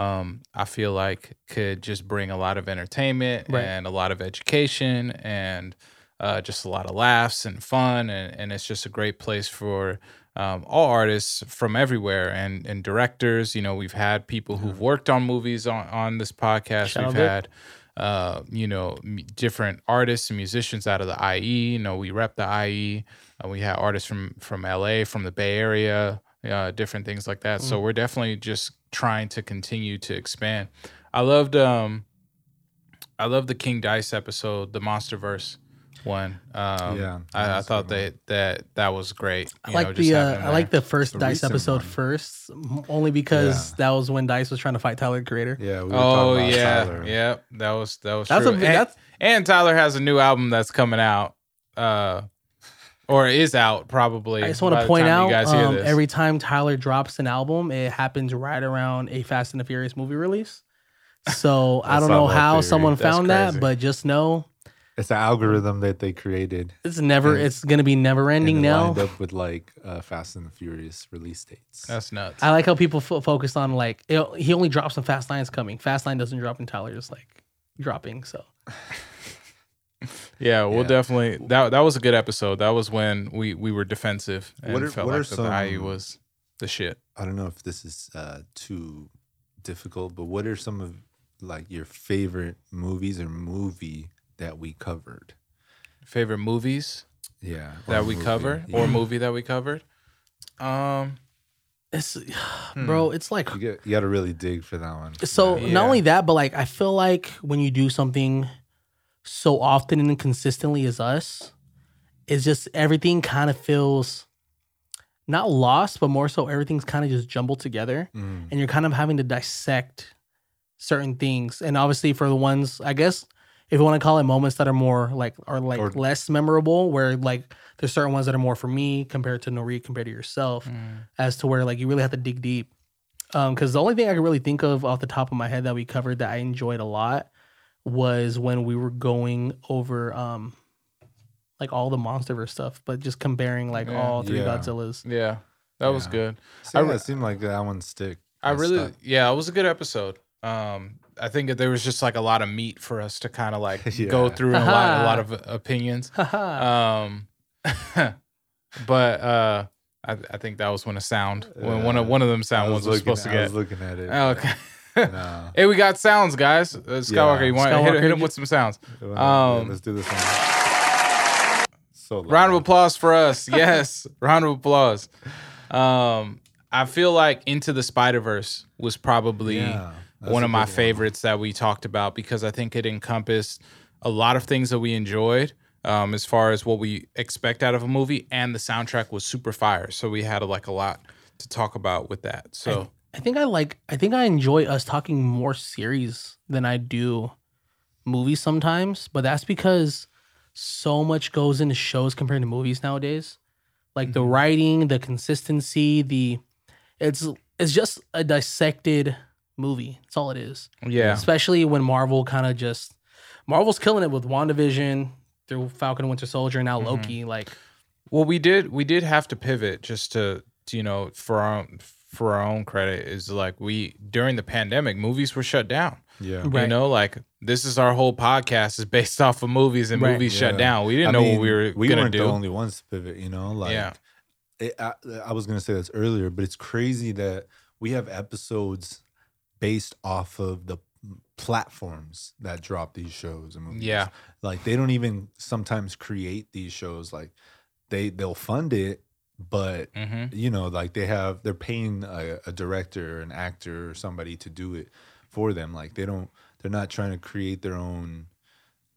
Speaker 2: um, I feel like could just bring a lot of entertainment
Speaker 1: Right.
Speaker 2: and a lot of education and uh, just a lot of laughs and fun, and, and it's just a great place for um, all artists from everywhere and and directors. You know, we've had people who've worked on movies on on this podcast.
Speaker 1: Shout out
Speaker 2: we've
Speaker 1: Vic.
Speaker 2: had uh, you know, m- different artists and musicians out of the IE. You know, we rep the IE. Uh, we had artists from from LA, from the Bay Area, uh, different things like that.
Speaker 3: Mm.
Speaker 2: So we're definitely just trying to continue to expand. I loved um, I loved the King Dice episode, the MonsterVerse one. Um,
Speaker 3: Yeah, that
Speaker 2: I, I
Speaker 3: was a
Speaker 2: thought
Speaker 3: good one.
Speaker 2: that that that was great.
Speaker 1: I
Speaker 2: you know,
Speaker 1: like
Speaker 2: just
Speaker 1: the
Speaker 2: having
Speaker 1: uh, I
Speaker 2: that.
Speaker 1: like the first
Speaker 3: The
Speaker 1: Dice
Speaker 3: recent
Speaker 1: episode
Speaker 3: one.
Speaker 1: first, m- only because
Speaker 3: Yeah.
Speaker 1: that was when Dice was trying to fight Tyler the Creator.
Speaker 3: Yeah. We were
Speaker 2: Oh
Speaker 3: talking about
Speaker 2: yeah,
Speaker 3: Tyler.
Speaker 2: yeah. That was that was
Speaker 1: That's
Speaker 2: true.
Speaker 1: a
Speaker 2: and,
Speaker 1: big- that's-
Speaker 2: and Tyler has a new album that's coming out, uh, or is out probably.
Speaker 1: I just
Speaker 2: by
Speaker 1: want to
Speaker 2: the
Speaker 1: point
Speaker 2: time
Speaker 1: out
Speaker 2: you guys hear
Speaker 1: um,
Speaker 2: this.
Speaker 1: every time Tyler drops an album, it happens right around a Fast and the Furious movie release. So I
Speaker 3: That's
Speaker 1: don't know
Speaker 3: not my
Speaker 1: how
Speaker 3: theory.
Speaker 1: someone
Speaker 2: That's
Speaker 1: found
Speaker 2: crazy.
Speaker 1: that, but just know
Speaker 3: It's an algorithm that they created.
Speaker 1: it's never
Speaker 3: And-
Speaker 1: it's gonna be never ending
Speaker 3: and it
Speaker 1: now.
Speaker 3: lined up with like uh, Fast and the Furious release dates.
Speaker 2: that's nuts.
Speaker 1: I like how people fo- focus on like it, he only drops when Fast Line's coming. Fast Line doesn't drop, and Tyler's like dropping. So
Speaker 2: yeah, we'll
Speaker 3: yeah.
Speaker 2: definitely that that was a good episode. That was when we we were defensive and
Speaker 3: What are-
Speaker 2: felt
Speaker 3: what
Speaker 2: like
Speaker 3: are
Speaker 2: that the IE
Speaker 3: some-
Speaker 2: was the shit.
Speaker 3: I don't know if this is uh, too difficult, but what are some of like your favorite movies or movie that we covered?
Speaker 2: Favorite movies
Speaker 3: Yeah. or
Speaker 2: that we
Speaker 3: movie.
Speaker 2: cover
Speaker 3: Yeah.
Speaker 2: or movie that we covered. Um,
Speaker 1: it's bro, it's like
Speaker 3: You, get, you got to really dig for that one.
Speaker 1: so.
Speaker 2: Yeah.
Speaker 1: Not only that, but like I feel like when you do something so often and consistently as us, it's just everything kind of feels not lost, but more so everything's kind of just jumbled together.
Speaker 3: Mm.
Speaker 1: and you're kind of having to dissect certain things. And obviously, for the ones, I guess, if you want to call it moments that are more like are like
Speaker 3: Or-
Speaker 1: less memorable, where like there's certain ones that are more for me compared to Nori, compared to yourself,
Speaker 2: Mm.
Speaker 1: as to where like you really have to dig deep. Because the only thing I could really think of off the top of my head that we covered that I enjoyed a lot was when we were going over um like all the monsterverse stuff, but just comparing like
Speaker 2: Yeah.
Speaker 1: all three
Speaker 3: Yeah.
Speaker 1: Godzillas.
Speaker 2: yeah, that was
Speaker 3: Yeah.
Speaker 2: good.
Speaker 3: So,
Speaker 2: I
Speaker 3: yeah,
Speaker 2: re-
Speaker 3: it seemed like that one stick.
Speaker 2: I
Speaker 3: and
Speaker 2: really,
Speaker 3: stuff.
Speaker 2: yeah, it was a good episode. Um, I think that there was just like a lot of meat for us to kind of like go
Speaker 3: Yeah.
Speaker 2: through and a lot, a lot of opinions.
Speaker 1: Haha.
Speaker 2: Um, but uh, I, I think that was when a sound, when one of
Speaker 3: Yeah.
Speaker 2: one of them sound
Speaker 3: I
Speaker 2: ones
Speaker 3: was,
Speaker 2: was
Speaker 3: looking,
Speaker 2: supposed to
Speaker 3: I
Speaker 2: get.
Speaker 3: was looking at it.
Speaker 2: Oh, okay.
Speaker 3: but nah.
Speaker 2: Hey, we got sounds, guys. Uh, Skywalker,
Speaker 3: Yeah.
Speaker 2: you want hit,
Speaker 1: Skywalker,
Speaker 2: hit him
Speaker 1: you-
Speaker 2: with some sounds?
Speaker 3: Well,
Speaker 2: Um,
Speaker 3: yeah, let's do this one. So loud.
Speaker 2: Round of applause for us. Yes, round of applause. Um, I feel like Into the Spider Verse was probably
Speaker 3: Yeah, that's
Speaker 2: one
Speaker 3: a
Speaker 2: of my
Speaker 3: good one.
Speaker 2: favorites that we talked about because I think it encompassed a lot of things that we enjoyed. Um, as far as what we expect out of a movie, and the soundtrack was super fire, so we had like a lot to talk about with that. So
Speaker 1: I think I like. I think I enjoy us talking more series than I do movies sometimes, but that's because so much goes into shows compared to movies nowadays. Like
Speaker 2: Mm-hmm.
Speaker 1: the writing, the consistency, the it's it's just a dissected movie. That's all it is.
Speaker 2: yeah,
Speaker 1: Especially when Marvel kind of just Marvel's killing it with WandaVision through Falcon and Winter Soldier and now
Speaker 2: Mm-hmm.
Speaker 1: Loki. Like
Speaker 2: Well, we did we did have to pivot just to, to, you know for our own, for our own credit is like we during the pandemic movies were shut down.
Speaker 3: Yeah.
Speaker 2: You
Speaker 1: Right.
Speaker 2: know, like this is our whole podcast is based off of movies and
Speaker 1: Right.
Speaker 2: movies
Speaker 3: Yeah.
Speaker 2: shut down. We didn't know
Speaker 3: mean,
Speaker 2: what we were
Speaker 3: We
Speaker 2: gonna
Speaker 3: weren't
Speaker 2: do.
Speaker 3: the only ones to pivot, you know. Like,
Speaker 2: Yeah.
Speaker 3: it, I, I was gonna say this earlier, but it's crazy that we have episodes based off of the platforms that drop these shows and movies.
Speaker 2: Yeah.
Speaker 3: like they don't even sometimes create these shows. Like, they they'll fund it, but
Speaker 2: hmm
Speaker 3: you know, like they have they're paying a, a director, an actor, or somebody to do it for them. Like they don't, they're not trying to create their own,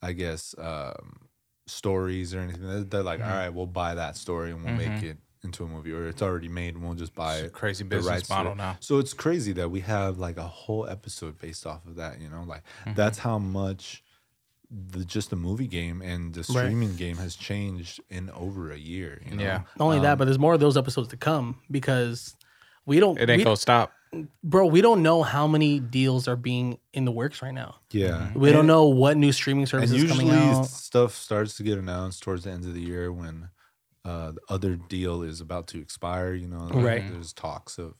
Speaker 3: I guess, um, stories or anything. They're, they're like, all right, we'll buy that story and we'll make it into a movie, or it's already made and we'll just buy it.
Speaker 2: Crazy
Speaker 3: the
Speaker 2: business
Speaker 3: rights to
Speaker 2: model
Speaker 3: it.
Speaker 2: now.
Speaker 3: So it's crazy that we have like a whole episode based off of that. You know, like
Speaker 2: Mm-hmm.
Speaker 3: that's how much the just the movie game and the
Speaker 1: Right.
Speaker 3: streaming game has changed in over a year. You know?
Speaker 2: Yeah.
Speaker 1: not only that, but there's more of those episodes to come because we don't
Speaker 2: It ain't
Speaker 1: we-
Speaker 2: gonna stop.
Speaker 1: bro, we don't know how many deals are being in the works right now.
Speaker 3: Yeah.
Speaker 1: We don't know what new streaming service
Speaker 3: and
Speaker 1: is coming
Speaker 3: usually
Speaker 1: out.
Speaker 3: stuff starts to get announced towards the end of the year when uh, the other deal is about to expire you know like,
Speaker 1: Right.
Speaker 3: there's talks of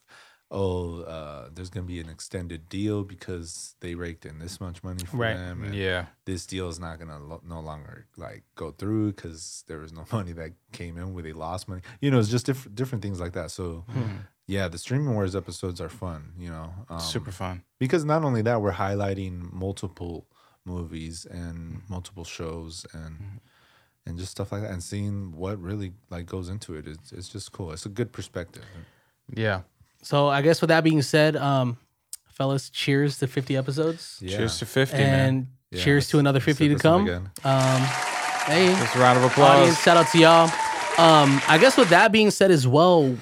Speaker 3: oh uh, there's going to be an extended deal because they raked in this much money for
Speaker 1: Right.
Speaker 3: them and
Speaker 2: Yeah.
Speaker 3: this deal is not going to lo- no longer like go through because there was no money that came in where they lost money you know it's just diff- different things like that so
Speaker 1: Hmm.
Speaker 3: yeah the streaming wars episodes are fun you know um,
Speaker 2: Super fun.
Speaker 3: because not only that we're highlighting multiple movies and multiple shows and and just stuff like that and seeing what really like goes into it it's, it's just cool it's a good perspective
Speaker 2: Yeah.
Speaker 1: So I guess with that being said, um, fellas, cheers to 50 episodes
Speaker 3: yeah
Speaker 2: Cheers to fifty, man.
Speaker 1: and
Speaker 3: Yeah,
Speaker 1: cheers to
Speaker 3: let's-
Speaker 1: another
Speaker 3: let's
Speaker 1: 50
Speaker 3: hit
Speaker 1: to
Speaker 3: this one
Speaker 1: come.
Speaker 3: again.
Speaker 1: Um, hey,
Speaker 2: Just a round of
Speaker 1: audience,
Speaker 2: applause.
Speaker 1: shout out to y'all. Um, I guess with that being said as well,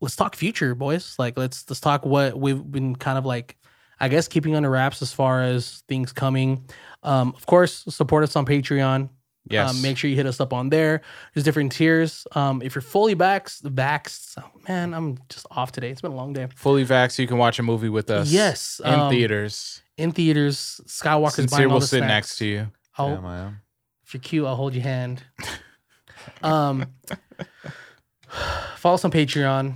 Speaker 1: let's talk future, boys. Like let's let's talk what we've been kind of like, I guess keeping under wraps as far as things coming. Um, of course, support us on Patreon.
Speaker 2: Yes.
Speaker 1: Um, make sure you hit us up on there. There's different tiers. Um, if you're fully vaxxed, vaxxed, oh, man, I'm just off today. It's been a long day.
Speaker 2: Fully vaxxed, you can watch a movie with us.
Speaker 1: Yes,
Speaker 2: In
Speaker 1: um,
Speaker 2: theaters.
Speaker 1: In theaters, Skywalker's
Speaker 2: Sincere
Speaker 1: buying all
Speaker 2: will
Speaker 1: the
Speaker 2: sit
Speaker 1: snacks.
Speaker 2: next to you.
Speaker 1: I'll,
Speaker 3: Damn, I am.
Speaker 1: if you're cute, I'll hold your hand. Um, follow us on Patreon.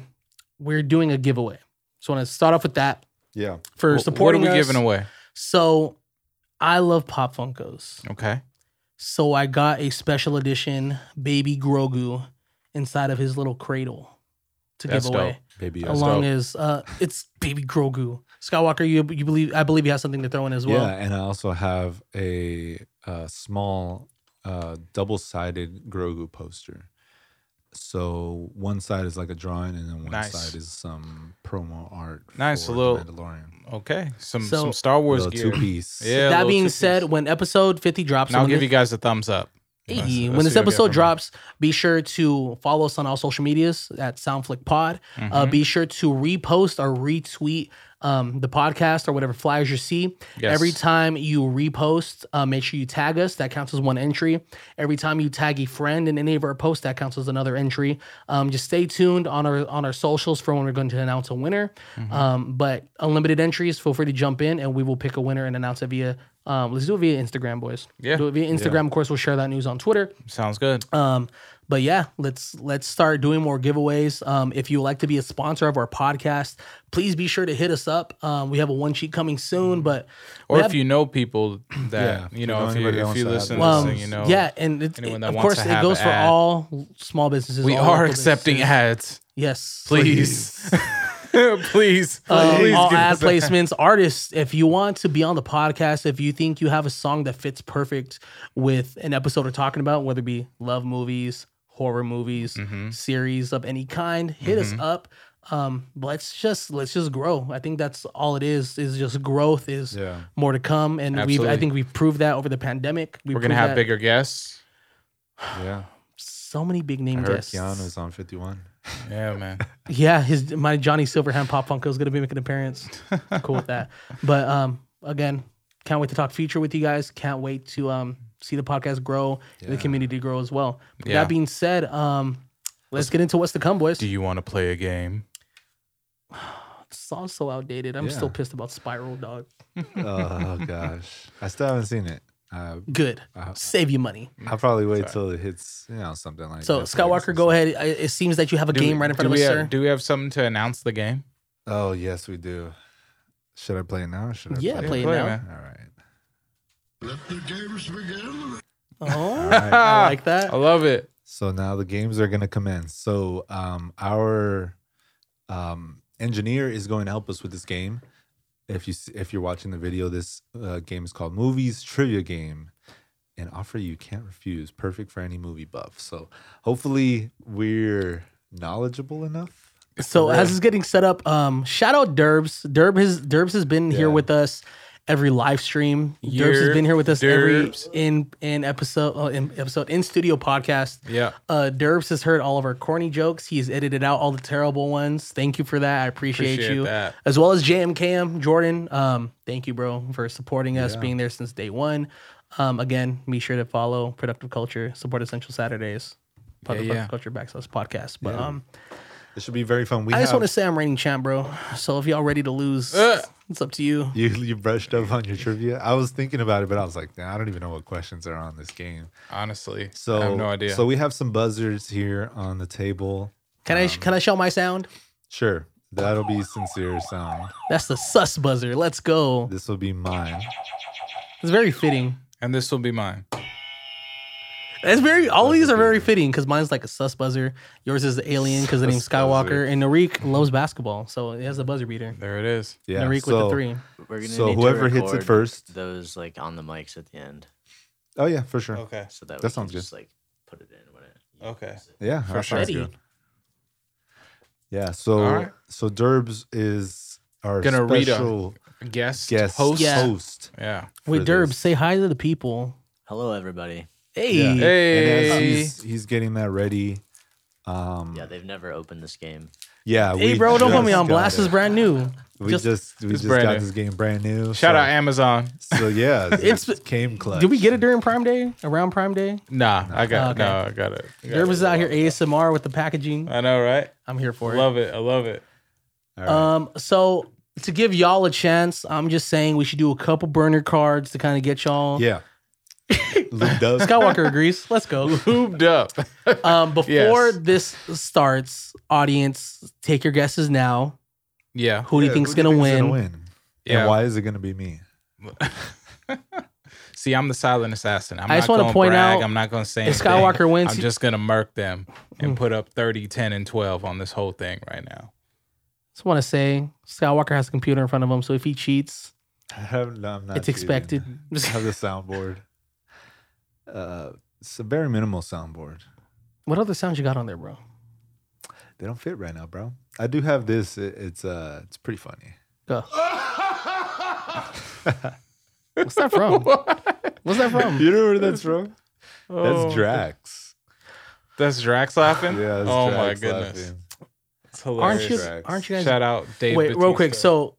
Speaker 1: We're doing a giveaway. So I want to start off with that
Speaker 3: yeah
Speaker 1: for
Speaker 2: Wh-
Speaker 1: supporting
Speaker 2: what are we
Speaker 1: us.
Speaker 2: giving away?
Speaker 1: So I love Pop Funkos.
Speaker 2: Okay.
Speaker 1: So I got a special edition baby Grogu inside of his little cradle to
Speaker 2: That's
Speaker 1: give away.
Speaker 3: baby
Speaker 2: That's
Speaker 1: Along
Speaker 2: dope.
Speaker 1: as uh, it's baby Grogu. Skywalker, you you believe I believe you have something to throw in as well.
Speaker 3: yeah and i also have a, uh small uh, double-sided grogu poster so one side is like a drawing and then one
Speaker 2: Nice.
Speaker 3: side is some promo art
Speaker 2: Nice, a
Speaker 3: for The
Speaker 2: little-
Speaker 3: mandalorian
Speaker 2: Okay. Some
Speaker 1: So-
Speaker 2: some Star Wars
Speaker 3: little
Speaker 2: gear.
Speaker 3: two-piece
Speaker 1: that
Speaker 2: Yeah. little
Speaker 1: being
Speaker 2: two-piece.
Speaker 1: said, when episode 50 drops,
Speaker 2: And I'll
Speaker 1: when
Speaker 2: give
Speaker 1: this-
Speaker 2: you guys a thumbs up.
Speaker 1: Hey,
Speaker 2: That's- that's
Speaker 1: when this
Speaker 2: what you'll get from
Speaker 1: episode
Speaker 2: me.
Speaker 1: drops, be sure to follow us on all social medias at Soundflick Pod. Uh,
Speaker 2: Mm-hmm.
Speaker 1: be sure to repost or retweet um, the podcast or whatever flyers you see.
Speaker 2: Yes.
Speaker 1: Every time you repost, uh, make sure you tag us. That counts as one entry. Every time you tag a friend in any of our posts, that counts as another entry. Um, just stay tuned on our on our socials for when we're going to announce a
Speaker 2: Mm-hmm.
Speaker 1: winner. Um, but unlimited entries, feel free to jump in, and we will pick a winner and announce it via Um, let's do it via Instagram, boys.
Speaker 2: Yeah.
Speaker 1: do it via Instagram. Of course, we'll share that news on Twitter.
Speaker 2: Sounds good.
Speaker 1: Um, but yeah, let's let's start doing more giveaways. Um, if you would like to be a sponsor of our podcast, please be sure to hit us up. Um, we have a one sheet coming soon, but we
Speaker 2: Or
Speaker 1: have-
Speaker 2: if you know people
Speaker 3: Yeah,
Speaker 2: that
Speaker 3: if
Speaker 2: you
Speaker 3: you
Speaker 2: know,
Speaker 3: know
Speaker 2: if you
Speaker 3: anybody
Speaker 2: if
Speaker 3: else
Speaker 2: you
Speaker 3: that
Speaker 2: listen, to this
Speaker 3: has
Speaker 1: um,
Speaker 2: thing, you know,
Speaker 1: yeah, and it's,
Speaker 2: anyone
Speaker 1: it,
Speaker 2: that
Speaker 1: of
Speaker 2: wants
Speaker 1: course
Speaker 2: to
Speaker 1: it
Speaker 2: have
Speaker 1: goes
Speaker 2: an
Speaker 1: for
Speaker 2: ad.
Speaker 1: all small businesses.
Speaker 2: we
Speaker 1: all
Speaker 2: are
Speaker 1: local
Speaker 2: accepting
Speaker 1: businesses.
Speaker 2: ads.
Speaker 1: Yes,
Speaker 2: Please, please,
Speaker 1: Um,
Speaker 2: please
Speaker 1: all
Speaker 2: give
Speaker 1: ad
Speaker 2: us a-
Speaker 1: placements, artists. If you want to be on the podcast, if you think you have a song that fits perfect with an episode we're talking about, whether it be love movies, horror movies,
Speaker 2: Mm-hmm.
Speaker 1: series of any kind, hit us up. Um, let's just let's just grow. I think that's all it is. Is just growth. Is
Speaker 3: Yeah.
Speaker 1: more to come, and we've I
Speaker 2: Absolutely.
Speaker 1: think we've proved that over the pandemic. We
Speaker 2: We're gonna
Speaker 1: proved
Speaker 2: have
Speaker 1: that.
Speaker 2: bigger guests.
Speaker 3: Yeah.
Speaker 1: so many big
Speaker 3: I
Speaker 1: name
Speaker 3: heard
Speaker 1: guests.
Speaker 3: Keanu's on 51.
Speaker 2: Yeah, man.
Speaker 1: Yeah, his my Johnny Silverhand Pop Funko is gonna be making an appearance. cool with that. But um, again, can't wait to talk future with you guys. Can't wait to um see the podcast grow, and the
Speaker 3: Yeah.
Speaker 1: community grow as well. With
Speaker 2: Yeah.
Speaker 1: That being said, um, let's, get into what's to come, boys.
Speaker 2: Do you want to play a game?
Speaker 1: This song's so outdated. I'm
Speaker 3: Yeah.
Speaker 1: still pissed about Spiral Dog.
Speaker 3: oh gosh, I still haven't seen it. Uh,
Speaker 1: Good, save you money.
Speaker 3: I'll probably wait till it hits, you know, something like.
Speaker 1: So
Speaker 3: Netflix or
Speaker 1: Skywalker, go ahead.
Speaker 3: something.
Speaker 1: I- It seems that you have a
Speaker 2: Do-
Speaker 1: game right in front
Speaker 2: do
Speaker 1: of us,
Speaker 2: we have,
Speaker 1: sir.
Speaker 2: Do we have something to announce the game?
Speaker 3: Oh yes, we do. Should I play it now? Or should I?
Speaker 1: Yeah,
Speaker 3: play
Speaker 1: play it
Speaker 3: it.
Speaker 2: play it,
Speaker 1: now.
Speaker 2: man.
Speaker 3: All right.
Speaker 1: Oh,
Speaker 3: All right.
Speaker 1: I like that.
Speaker 2: I love it.
Speaker 3: So now the games are going to commence. So um, our um, engineer is going to help us with this game. If you s- if you're watching the video, this uh, game is called Movies Trivia Game, an offer you can't refuse. Perfect for any movie buff. So hopefully we're knowledgeable enough.
Speaker 1: So as it's getting set up, um, shout out Derbs. Derb has Derbs has been here
Speaker 3: Yeah.
Speaker 1: with us every live stream. Derbs has
Speaker 2: Yerp,
Speaker 1: been here with us
Speaker 2: Derbs.
Speaker 1: every in in episode uh, in episode in studio podcast.
Speaker 2: Yeah.
Speaker 1: Uh, Derbs has heard all of our corny jokes. He's edited out all the terrible ones. Thank you for that. I appreciate,
Speaker 2: Appreciate
Speaker 1: you.
Speaker 2: that.
Speaker 1: As well as JM Cam, Jordan. Um, thank you, bro, for supporting us, being there since day one. Um, again, be sure to follow Productive Culture, support Essential Saturdays, Productive
Speaker 2: yeah.
Speaker 1: Culture Backslash Podcast. But um,
Speaker 3: This should be very fun. We
Speaker 1: I just
Speaker 3: have-
Speaker 1: want to say I'm reigning champ, bro. So if y'all ready to lose,
Speaker 3: Uh.
Speaker 2: Ugh.
Speaker 1: it's up to you.
Speaker 3: You you brushed up on your trivia. I was thinking about it, but I was like, nah, I don't even know what questions are on this game.
Speaker 2: Honestly,
Speaker 3: So
Speaker 2: I have no idea.
Speaker 3: So we have some buzzers here on the table.
Speaker 1: Can I can I show my sound?
Speaker 3: Sure, that'll be sincere sound.
Speaker 1: That's the sus buzzer. Let's go.
Speaker 3: This will be mine.
Speaker 1: It's very fitting.
Speaker 2: and this will be mine.
Speaker 1: It's very all these are very fitting because mine's like a sus buzzer. Yours is the alien because the name's
Speaker 3: Sus buzzer.
Speaker 1: Skywalker. And Narik loves basketball, so it has a buzzer beater.
Speaker 2: There it is.
Speaker 3: Yeah.
Speaker 1: Narik
Speaker 3: so,
Speaker 1: with the three.
Speaker 4: We're gonna
Speaker 3: So
Speaker 4: need to
Speaker 3: whoever hits it
Speaker 4: record
Speaker 3: first.
Speaker 4: Those like on the mics at the end,
Speaker 3: Oh yeah, for sure.
Speaker 2: Okay.
Speaker 4: so that,
Speaker 3: That
Speaker 4: we
Speaker 3: sounds
Speaker 4: can
Speaker 3: good.
Speaker 4: just like put it in when it.
Speaker 2: Okay.
Speaker 3: Yeah,
Speaker 2: For
Speaker 3: that
Speaker 2: sure.
Speaker 3: sounds
Speaker 1: Ready.
Speaker 3: good. Yeah. So
Speaker 2: All right.
Speaker 3: so Derbs is our
Speaker 2: Gonna read a-
Speaker 3: special
Speaker 2: Guest.
Speaker 3: guest
Speaker 2: Host.
Speaker 1: Yeah.
Speaker 3: host.
Speaker 2: Yeah.
Speaker 1: Wait,
Speaker 3: for
Speaker 1: Derb,
Speaker 3: this.
Speaker 1: say hi to the people.
Speaker 4: Hello, everybody.
Speaker 1: Hey.
Speaker 3: Yeah. And as
Speaker 2: Hey.
Speaker 3: he's he's getting that ready. Um,
Speaker 4: Yeah, they've never opened this game.
Speaker 3: yeah.
Speaker 1: Hey,
Speaker 3: we
Speaker 1: bro, don't put
Speaker 3: just
Speaker 1: me on
Speaker 3: got
Speaker 1: blast.
Speaker 3: it.
Speaker 1: It's brand new.
Speaker 3: We
Speaker 1: Just-
Speaker 3: just, we
Speaker 2: It's
Speaker 3: just
Speaker 2: brand
Speaker 3: got
Speaker 2: new.
Speaker 3: this game brand new.
Speaker 2: Shout
Speaker 3: so,
Speaker 2: out Amazon.
Speaker 3: So yeah,
Speaker 1: It's-
Speaker 3: it's came clutch.
Speaker 1: Did we get it during Prime Day? Around Prime Day?
Speaker 2: Nah, I got
Speaker 1: Oh, okay.
Speaker 2: no, I got it. I got
Speaker 1: Derb is
Speaker 2: it.
Speaker 1: out here ASMR with the packaging.
Speaker 2: I know, right?
Speaker 1: I'm here for it.
Speaker 2: Love it. I love it.
Speaker 3: All right.
Speaker 1: Um, so to give y'all a chance, I'm just saying we should do a couple burner cards to kind of get y'all.
Speaker 3: yeah. Lubed up.
Speaker 1: Skywalker agrees. Let's go.
Speaker 2: Hooped up.
Speaker 1: Um, before
Speaker 2: Yes.
Speaker 1: this starts, audience, take your guesses now.
Speaker 2: yeah.
Speaker 1: Who do you
Speaker 3: Yeah,
Speaker 1: think's
Speaker 3: who do
Speaker 1: gonna,
Speaker 3: you think's
Speaker 1: win?
Speaker 2: Yeah.
Speaker 3: And why is it gonna be me?
Speaker 2: See, I'm the silent assassin. I'm
Speaker 1: I just
Speaker 2: not
Speaker 1: wanna
Speaker 2: gonna
Speaker 1: point
Speaker 2: brag.
Speaker 1: out,
Speaker 2: I'm not gonna say
Speaker 1: If
Speaker 2: anything.
Speaker 1: Skywalker Hmm. wins,
Speaker 2: I'm
Speaker 1: he-
Speaker 2: just gonna murk them and put up 30, 10, and 12 on this whole thing right now.
Speaker 1: just want to say Skywalker has a computer in front of him, so if he cheats,
Speaker 3: I have, no, I'm not
Speaker 1: it's
Speaker 3: cheating.
Speaker 1: expected.
Speaker 3: I have the soundboard. Uh, it's a very minimal soundboard.
Speaker 1: what other sounds you got on there, bro?
Speaker 3: They don't fit right now, bro. I do have this. It, it's uh, it's pretty funny.
Speaker 1: Go. What's that from? What's that from?
Speaker 3: You know where that's from?
Speaker 1: Oh.
Speaker 3: That's Drax.
Speaker 2: Oh. That's Drax laughing.
Speaker 3: Yeah. That's
Speaker 2: oh my
Speaker 3: Drax
Speaker 2: goodness.
Speaker 3: laughing.
Speaker 2: It's hilarious.
Speaker 1: Aren't you?
Speaker 3: Drax.
Speaker 1: Aren't you guys?
Speaker 2: Shout out Dave.
Speaker 1: Wait, real quick.
Speaker 2: Bautista.
Speaker 1: So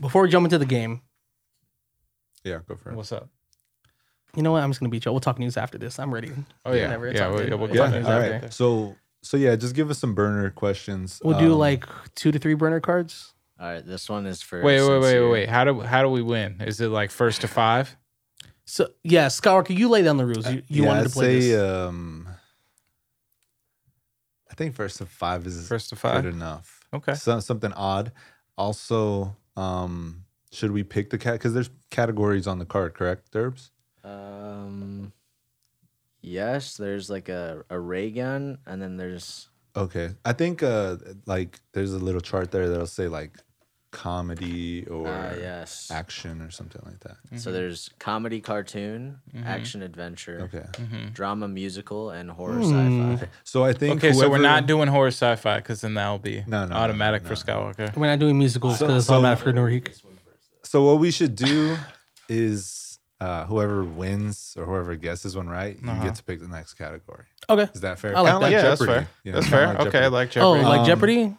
Speaker 1: before we jump into the game,
Speaker 3: Yeah, go for it.
Speaker 2: what's up?
Speaker 1: You know what? I'm just gonna beat you. We'll talk news after this. I'm ready.
Speaker 2: Oh yeah,
Speaker 1: Whatever, it's
Speaker 2: yeah,
Speaker 1: all
Speaker 2: we'll,
Speaker 1: good.
Speaker 2: yeah, we'll
Speaker 1: It's
Speaker 2: get
Speaker 1: all
Speaker 2: there.
Speaker 1: good.
Speaker 3: Yeah. All right. So so yeah, just give us some burner questions.
Speaker 1: We'll do
Speaker 3: Um,
Speaker 1: like two to three burner cards.
Speaker 4: All right, this one is for.
Speaker 2: Wait, wait, wait,
Speaker 4: sincere.
Speaker 2: wait, wait. How do how do we win? Is it like first to five?
Speaker 1: So yeah, Skywalker, you lay down the rules. You, you
Speaker 3: Yeah,
Speaker 1: wanted
Speaker 3: I'd
Speaker 1: to play
Speaker 3: say,
Speaker 1: this.
Speaker 3: Um, I think first to five is
Speaker 2: First to
Speaker 3: good
Speaker 2: five.
Speaker 3: enough.
Speaker 2: Okay.
Speaker 3: So, something odd. Also, um, should we pick the cat? Because there's categories on the card, correct, Derbs?
Speaker 4: Um, yes, there's like a, a ray gun, and then there's
Speaker 3: Okay. I think uh like there's a little chart there that'll say like comedy or
Speaker 2: Ah,
Speaker 4: uh, yes.
Speaker 3: action or something like that.
Speaker 2: Mm-hmm.
Speaker 4: So there's comedy, cartoon, action, adventure,
Speaker 3: Okay.
Speaker 2: Mm-hmm.
Speaker 4: drama, musical, and horror
Speaker 1: Hmm.
Speaker 4: sci-fi.
Speaker 3: So I think
Speaker 2: Okay, so we're
Speaker 3: whoever-
Speaker 2: not doing horror sci-fi because then that'll be
Speaker 3: No, no,
Speaker 2: automatic
Speaker 3: no,
Speaker 2: for Skywalker.
Speaker 1: We're not doing musicals
Speaker 3: So-
Speaker 1: because it's
Speaker 3: so-
Speaker 1: all for Norik.
Speaker 3: So what we should do is uh whoever wins or whoever guesses one right, you
Speaker 2: Uh-huh.
Speaker 3: get to pick the next category.
Speaker 1: Okay.
Speaker 3: Is that fair?
Speaker 1: I like
Speaker 3: Kinda
Speaker 1: that.
Speaker 2: yeah, that's
Speaker 3: Jeopardy,
Speaker 2: fair.
Speaker 3: you know,
Speaker 2: that's fair.
Speaker 3: kinda like
Speaker 2: okay,
Speaker 3: Jeopardy.
Speaker 2: like
Speaker 1: Oh,
Speaker 2: Jeopardy. Oh,
Speaker 1: like
Speaker 3: Um,
Speaker 1: Jeopardy?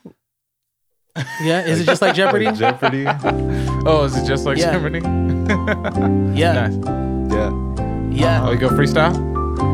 Speaker 1: Yeah, is it just like Jeopardy?
Speaker 3: Like Jeopardy.
Speaker 2: oh, is it just like
Speaker 1: Yeah.
Speaker 2: Jeopardy?
Speaker 1: Yeah,
Speaker 2: Nice.
Speaker 3: yeah.
Speaker 1: yeah,
Speaker 3: Uh-huh.
Speaker 2: Oh, we go freestyle.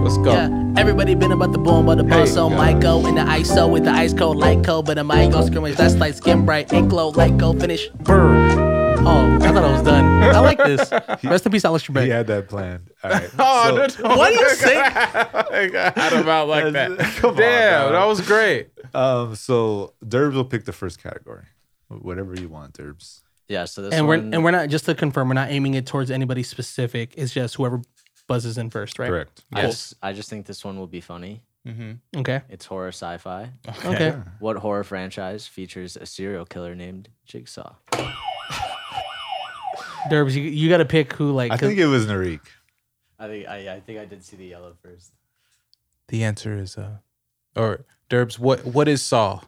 Speaker 2: Let's go.
Speaker 1: yeah. Everybody been about the boom, but the boss so Michael in the ISO with the ice cold light cold, but the mic go scrimmage. That's like skin bright, ink glow, light go finish.
Speaker 2: Brr.
Speaker 1: Oh, I thought I was done. I like this. Rest in peace, Alex Trebek.
Speaker 3: He had that planned. All right.
Speaker 2: Oh, no, no.
Speaker 1: What do you say?
Speaker 2: I don't know like that.
Speaker 3: That's- come on,
Speaker 2: Damn,
Speaker 3: dog.
Speaker 2: that was great.
Speaker 3: Um so Derbs will pick the first category. Whatever you want, Derbs.
Speaker 4: Yeah. So this
Speaker 1: And we're
Speaker 4: one,
Speaker 1: and we're not just to confirm, we're not aiming it towards anybody specific. It's just whoever buzzes in first, right?
Speaker 3: Correct.
Speaker 4: I just I just think this one will be funny.
Speaker 3: Mm-hmm.
Speaker 1: Okay.
Speaker 4: It's horror sci-fi.
Speaker 1: Okay.
Speaker 4: What horror franchise features a serial killer named Jigsaw?
Speaker 1: Derbs, you, you got to pick who like.
Speaker 3: I think it was Narik.
Speaker 4: I think I, I think I did see the yellow first.
Speaker 2: The answer is uh, or Derbs. What what is Saw?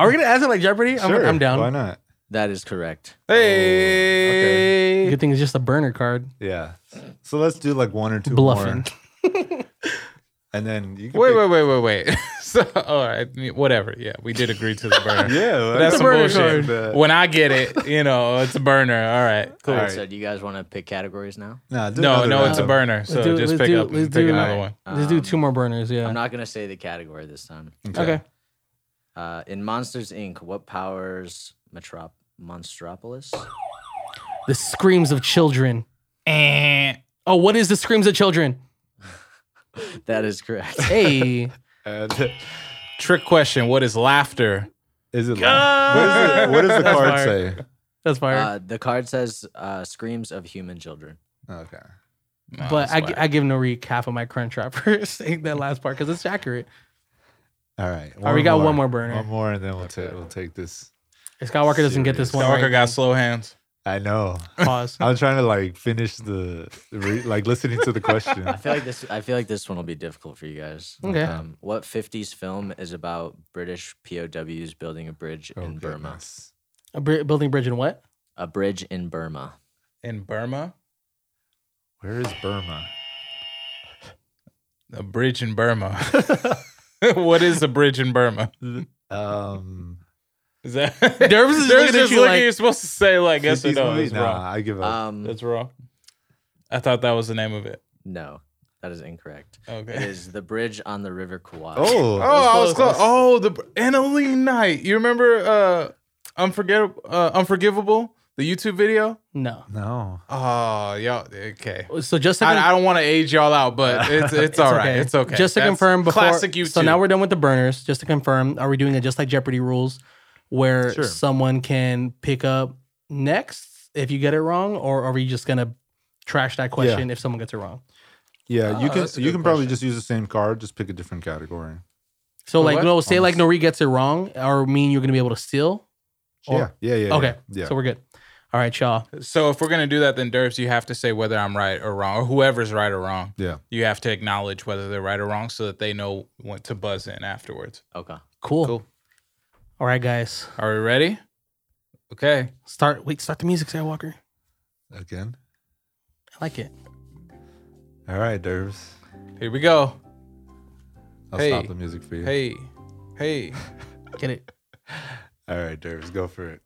Speaker 1: are we gonna ask it like Jeopardy? I'm, I'm down.
Speaker 3: Why not?
Speaker 4: That is correct.
Speaker 2: Hey.
Speaker 1: Good thing it's just a burner card.
Speaker 3: Yeah. So let's do like one or two
Speaker 1: Bluffing.
Speaker 3: more, and then you can
Speaker 2: Wait,
Speaker 3: pick-
Speaker 2: wait, wait, wait, wait. so, all right, I mean, whatever. Yeah, we did agree to the burner.
Speaker 3: Yeah, well,
Speaker 2: That's some
Speaker 1: burner
Speaker 2: bullshit.
Speaker 3: card.
Speaker 2: When I get it, you know, it's a burner. All right, cool.
Speaker 4: All right.
Speaker 3: right.
Speaker 4: So do you guys want to pick categories now?
Speaker 3: Nah, do
Speaker 2: No,
Speaker 3: another
Speaker 2: no, it's a
Speaker 3: round.
Speaker 2: burner. So
Speaker 1: do-
Speaker 2: just
Speaker 1: let's
Speaker 2: pick
Speaker 1: do-
Speaker 2: up
Speaker 1: let's
Speaker 2: pick
Speaker 1: do-
Speaker 2: another
Speaker 1: Alright.
Speaker 2: one.
Speaker 1: Let's do
Speaker 4: Um,
Speaker 1: two more burners. Yeah.
Speaker 4: I'm not gonna say the category this time.
Speaker 1: okay.
Speaker 4: Uh, in Monsters Inc., what powers Metrop Monstropolis?
Speaker 1: The screams of children.
Speaker 2: Eh.
Speaker 1: Oh, what is the screams of children?
Speaker 4: That is correct.
Speaker 1: Hey,
Speaker 3: And-
Speaker 2: Trick question. What is laughter?
Speaker 3: is it? Like, what, is it what does the
Speaker 1: That's
Speaker 3: card
Speaker 1: fire.
Speaker 3: say?
Speaker 1: that's fire.
Speaker 4: Uh, the card says uh, screams of human children.
Speaker 3: Okay.
Speaker 2: No,
Speaker 1: but
Speaker 2: Oh, that's
Speaker 1: I,
Speaker 2: whack.
Speaker 1: gi- I give Norik half of my crunch wrap for saying that last part because it's accurate.
Speaker 3: All right.
Speaker 1: All right, we got one more burner.
Speaker 3: One more, and then we'll take we'll take this.
Speaker 1: If Skywalker doesn't get this one.
Speaker 2: Skywalker
Speaker 1: right,
Speaker 2: got slow hands.
Speaker 3: I know.
Speaker 1: pause.
Speaker 3: I'm trying to like finish the re, like listening to the question.
Speaker 4: I feel like this. I feel like this one will be difficult for you guys.
Speaker 1: Okay.
Speaker 4: Um, what '50s film is about British POWs building a bridge
Speaker 3: Oh,
Speaker 4: in Burma?
Speaker 3: goodness.
Speaker 1: A bri- building bridge and what?
Speaker 4: A bridge in Burma.
Speaker 2: In Burma,
Speaker 3: Where is Burma?
Speaker 2: a bridge in Burma. what is a bridge in Burma?
Speaker 3: Um,
Speaker 2: Is that
Speaker 1: Derbs is looking at
Speaker 2: just
Speaker 1: you
Speaker 2: looking?
Speaker 1: like-
Speaker 2: you're supposed to say like yes or
Speaker 3: 50s
Speaker 2: no.
Speaker 3: movie?
Speaker 2: That's
Speaker 3: Nah,
Speaker 2: wrong.
Speaker 3: I give up.
Speaker 4: Um,
Speaker 2: That's wrong. I thought that was the name of it.
Speaker 4: no, that is incorrect. It
Speaker 2: Okay.
Speaker 4: is the bridge on the River Kwai.
Speaker 2: Oh,
Speaker 3: oh,
Speaker 2: I was close. Oh, the Annalee Knight. You remember uh, unforgettable, uh, unforgivable, the YouTube video.
Speaker 1: No.
Speaker 3: no.
Speaker 2: Oh, y'all. Okay.
Speaker 1: So just to
Speaker 2: I, I don't want to age y'all out, but it's it's, all right. It's okay.
Speaker 1: Just to
Speaker 2: That's
Speaker 1: confirm, before,
Speaker 2: classic YouTube.
Speaker 1: So now we're done with the burners. Just to confirm, are we doing it just like Jeopardy rules, where
Speaker 3: Sure.
Speaker 1: someone can pick up next if you get it wrong, or are we just gonna trash that question if someone gets it wrong?
Speaker 3: Yeah, you
Speaker 2: Oh,
Speaker 3: can
Speaker 2: that's a
Speaker 3: you
Speaker 2: good
Speaker 3: can probably
Speaker 2: question.
Speaker 3: just use the same card, just pick a different category.
Speaker 1: So
Speaker 2: For
Speaker 1: like
Speaker 2: what?
Speaker 1: no, say like Nori gets it wrong, or me and you're gonna be able to steal. Or-
Speaker 3: yeah, yeah, yeah.
Speaker 1: Okay,
Speaker 3: yeah.
Speaker 1: so we're good. All right, y'all.
Speaker 2: So if we're gonna do that, then Derbs, you have to say whether I'm right or wrong, or whoever's right or wrong.
Speaker 3: yeah.
Speaker 2: You have to acknowledge whether they're right or wrong, so that they know what to buzz in afterwards.
Speaker 4: Okay.
Speaker 1: Cool.
Speaker 2: Cool.
Speaker 1: All right, guys.
Speaker 2: Are we ready? Okay.
Speaker 1: Start. Wait. Start the music, Skywalker.
Speaker 3: Again.
Speaker 1: I like it.
Speaker 3: All right, Dervs.
Speaker 2: Here we go.
Speaker 3: I'll
Speaker 2: Hey.
Speaker 3: stop the music for you.
Speaker 2: Hey, hey.
Speaker 1: Get it.
Speaker 3: All right, Dervs, go for it.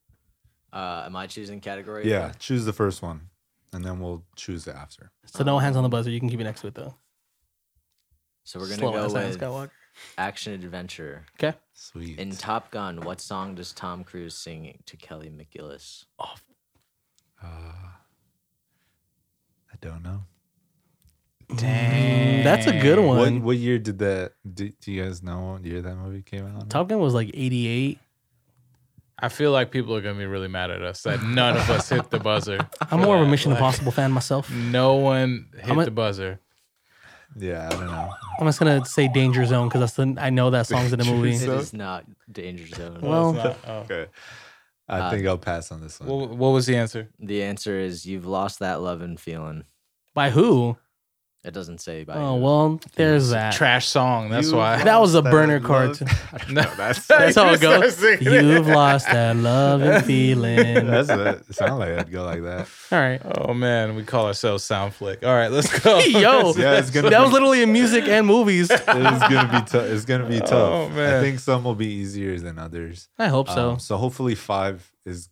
Speaker 4: Uh, am I choosing category?
Speaker 3: Yeah, choose the first one, and then we'll choose the after.
Speaker 1: So no hands on the buzzer. You can keep it next to it though.
Speaker 4: So we're gonna
Speaker 1: Slow
Speaker 4: go
Speaker 1: ass hands,
Speaker 4: with
Speaker 1: Skywalker.
Speaker 4: action adventure.
Speaker 1: Okay.
Speaker 3: Sweet.
Speaker 4: In Top Gun, what song does Tom Cruise sing to Kelly McGillis?
Speaker 3: I don't know.
Speaker 1: That's a good
Speaker 2: Dang.
Speaker 1: one.
Speaker 3: What what year did that? Do, do you guys know what year that movie came out?
Speaker 1: Top Gun was like 88.
Speaker 2: I feel like people are gonna be really mad at us that none of us hit the buzzer.
Speaker 1: I'm more of a Mission Impossible fan myself.
Speaker 2: No one hit
Speaker 1: I'm a-
Speaker 2: the buzzer.
Speaker 3: Yeah, I don't know.
Speaker 1: I'm just gonna say Danger Zone because that's the I know that song's in the movie.
Speaker 3: Danger
Speaker 4: It
Speaker 3: So-
Speaker 4: is not Danger Zone.
Speaker 1: Well-
Speaker 2: It's not- oh.
Speaker 3: Okay, I
Speaker 4: Uh,
Speaker 3: think I'll pass on this one.
Speaker 2: Wha- what, was the answer?
Speaker 4: the answer is you've lost that love and feeling.
Speaker 1: By who?
Speaker 4: It doesn't say by
Speaker 1: Oh
Speaker 4: who.
Speaker 1: well, there's that.
Speaker 2: Trash song. That's
Speaker 3: You
Speaker 2: why.
Speaker 1: That was a
Speaker 3: lost
Speaker 1: burner
Speaker 3: love-
Speaker 1: cartoon.
Speaker 3: I don't know, that's
Speaker 1: That's how it
Speaker 2: Start
Speaker 1: goes.
Speaker 2: singing it.
Speaker 1: You've lost that love and feeling. All
Speaker 3: that's what it sounded like. I'd go like that.
Speaker 1: right.
Speaker 2: Oh man, we call ourselves Soundflick. All right, let's go.
Speaker 1: Yo,
Speaker 3: Yeah, it's gonna
Speaker 1: that was
Speaker 3: be-
Speaker 1: literally in music and movies.
Speaker 3: It's gonna be tough. It's gonna be tough.
Speaker 2: Oh, man.
Speaker 3: I think some will be easier than others.
Speaker 1: I hope so.
Speaker 3: Um, so hopefully five is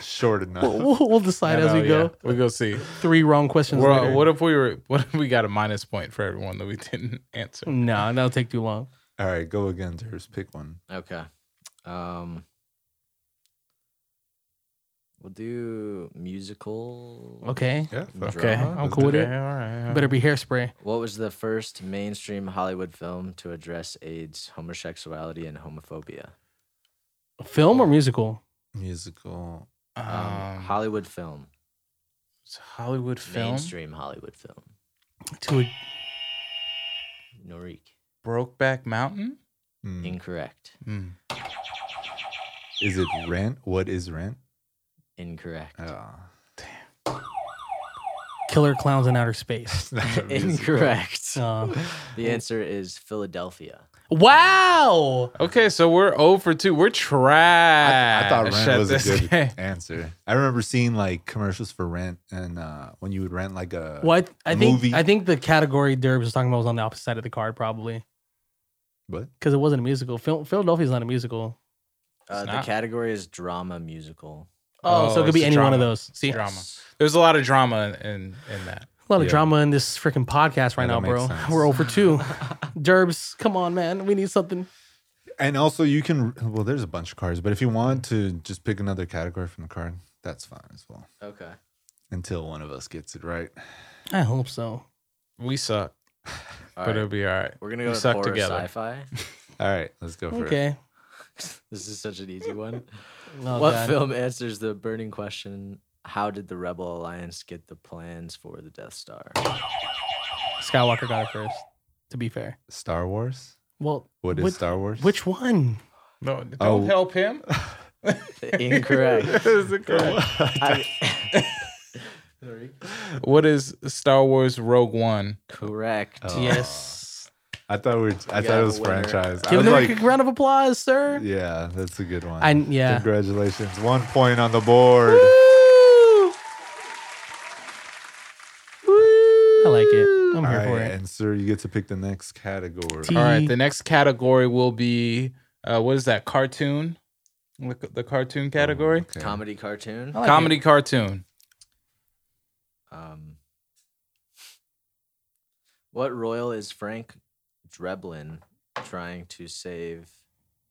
Speaker 3: short enough.
Speaker 1: We'll, we'll- we'll decide
Speaker 2: Yeah,
Speaker 1: as we
Speaker 2: no,
Speaker 1: go.
Speaker 2: yeah. We go see.
Speaker 1: Three wrong questions
Speaker 2: We're-
Speaker 1: later.
Speaker 2: what if we were? What if we got a minus point for everyone that we didn't answer?
Speaker 1: no, that'll take too long.
Speaker 3: All right, go again, Terps. Pick one.
Speaker 4: Okay. Um We'll do musical.
Speaker 1: Okay.
Speaker 3: Yeah.
Speaker 4: fuck.
Speaker 1: Okay,
Speaker 4: Drama?
Speaker 1: I'm cool with
Speaker 2: Okay,
Speaker 1: it.
Speaker 2: all right, all
Speaker 1: Better
Speaker 2: right.
Speaker 1: be hairspray.
Speaker 4: What was the first mainstream Hollywood film to address AIDS, homosexuality, and homophobia?
Speaker 1: Film or musical?
Speaker 3: Musical.
Speaker 2: Um,
Speaker 4: Um, Hollywood film.
Speaker 2: it's Um, Hollywood film
Speaker 4: Mainstream Hollywood film.
Speaker 1: To a,
Speaker 4: Norik.
Speaker 2: Brokeback Mountain.
Speaker 3: Hmm.
Speaker 4: Incorrect.
Speaker 2: Mm.
Speaker 3: Is it rent? What is rent?
Speaker 4: Incorrect.
Speaker 3: Oh.
Speaker 1: Killer Clowns in Outer Space.
Speaker 4: Incorrect.
Speaker 1: Uh,
Speaker 4: The answer is Philadelphia.
Speaker 1: wow.
Speaker 2: Okay, so we're 0 for two. We're
Speaker 3: I,
Speaker 2: trash.
Speaker 3: I thought rent
Speaker 2: at
Speaker 3: was
Speaker 2: this
Speaker 3: a good
Speaker 2: game.
Speaker 3: answer. I remember seeing like commercials for rent, and uh, when you would rent like a
Speaker 1: Well, I, th- I think
Speaker 3: movie.
Speaker 1: I think the category Derb was talking about was on the opposite side of the card, probably
Speaker 3: what?
Speaker 1: because it wasn't a musical. Phil- Philadelphia's not a musical.
Speaker 4: Uh, the
Speaker 2: not.
Speaker 4: category is drama musical.
Speaker 1: Oh, so it could
Speaker 2: it's
Speaker 1: be
Speaker 2: a
Speaker 1: any one of
Speaker 2: drama.
Speaker 1: those. See, a
Speaker 2: Drama. There's a lot of drama in in, in that.
Speaker 1: lot of
Speaker 3: Yeah.
Speaker 1: drama in this freaking podcast right
Speaker 3: Yeah,
Speaker 1: now,
Speaker 3: that
Speaker 1: bro.
Speaker 3: makes sense.
Speaker 1: We're over two. Derbs, come on, man. We need something.
Speaker 3: And also, you can well, there's a bunch of cards, but if you want to just pick another category from the card, that's fine as well.
Speaker 4: Okay.
Speaker 3: Until one of us gets it right.
Speaker 1: I hope so.
Speaker 2: We suck, but it'll be all right.
Speaker 4: We're gonna
Speaker 2: we
Speaker 4: go with
Speaker 2: suck
Speaker 4: horror
Speaker 2: together.
Speaker 4: sci-fi.
Speaker 3: All right, let's go for it.
Speaker 1: Okay.
Speaker 4: this is such an easy one.
Speaker 1: Oh,
Speaker 4: what
Speaker 1: God.
Speaker 4: film answers the burning question? How did the Rebel Alliance get the plans for the Death Star?
Speaker 1: Skywalker got it first. To be fair.
Speaker 3: Star Wars.
Speaker 1: Well,
Speaker 3: What is
Speaker 1: which,
Speaker 3: Star Wars?
Speaker 1: Which one?
Speaker 2: No, don't
Speaker 3: Oh.
Speaker 2: help him.
Speaker 4: Incorrect.
Speaker 2: Is it correct?
Speaker 4: I-
Speaker 2: what is Star Wars Rogue One?
Speaker 4: Correct.
Speaker 3: Oh.
Speaker 1: Yes.
Speaker 3: I thought we. Were, I
Speaker 4: We
Speaker 3: thought
Speaker 4: got
Speaker 3: it
Speaker 4: a
Speaker 3: was
Speaker 4: winner.
Speaker 3: franchise. I
Speaker 1: Give
Speaker 3: was
Speaker 1: them
Speaker 3: like,
Speaker 1: a round of applause, sir.
Speaker 3: yeah, that's a good one.
Speaker 1: I yeah.
Speaker 3: Congratulations, one point on the board.
Speaker 1: I like it. I'm
Speaker 3: All
Speaker 1: here
Speaker 3: right,
Speaker 1: for it.
Speaker 3: and sir, you get to pick the next category. Oh,
Speaker 1: T-
Speaker 2: All right, the next category will be uh, what is that? Cartoon. Look at the cartoon category.
Speaker 3: Okay.
Speaker 4: Comedy cartoon.
Speaker 1: I like
Speaker 2: Comedy cartoon.
Speaker 4: Um, what royal is Frank Dreblin trying to save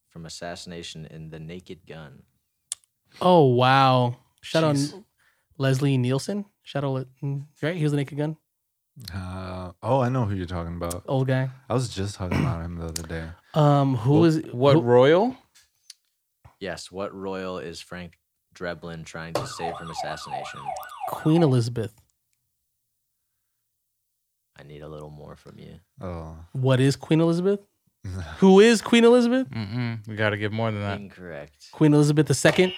Speaker 4: from assassination in The Naked Gun?
Speaker 1: it. Oh wow! Shout out
Speaker 2: Jeez.
Speaker 1: Leslie Nielsen. Shout out, Le- mm, right? He was the naked gun
Speaker 3: Uh, oh, I know who you're talking about.
Speaker 1: old guy.
Speaker 3: I was just talking about him the other day.
Speaker 1: Um, who was
Speaker 2: What
Speaker 1: who-
Speaker 2: royal?
Speaker 4: Yes. What royal is Frank Dreblin trying to save from assassination?
Speaker 1: Queen Elizabeth?
Speaker 4: I need a little more from you.
Speaker 3: Oh,
Speaker 1: What is Queen Elizabeth? who is Queen Elizabeth?
Speaker 2: Mm-mm, we got to give more than that.
Speaker 4: Incorrect.
Speaker 1: Queen Elizabeth II.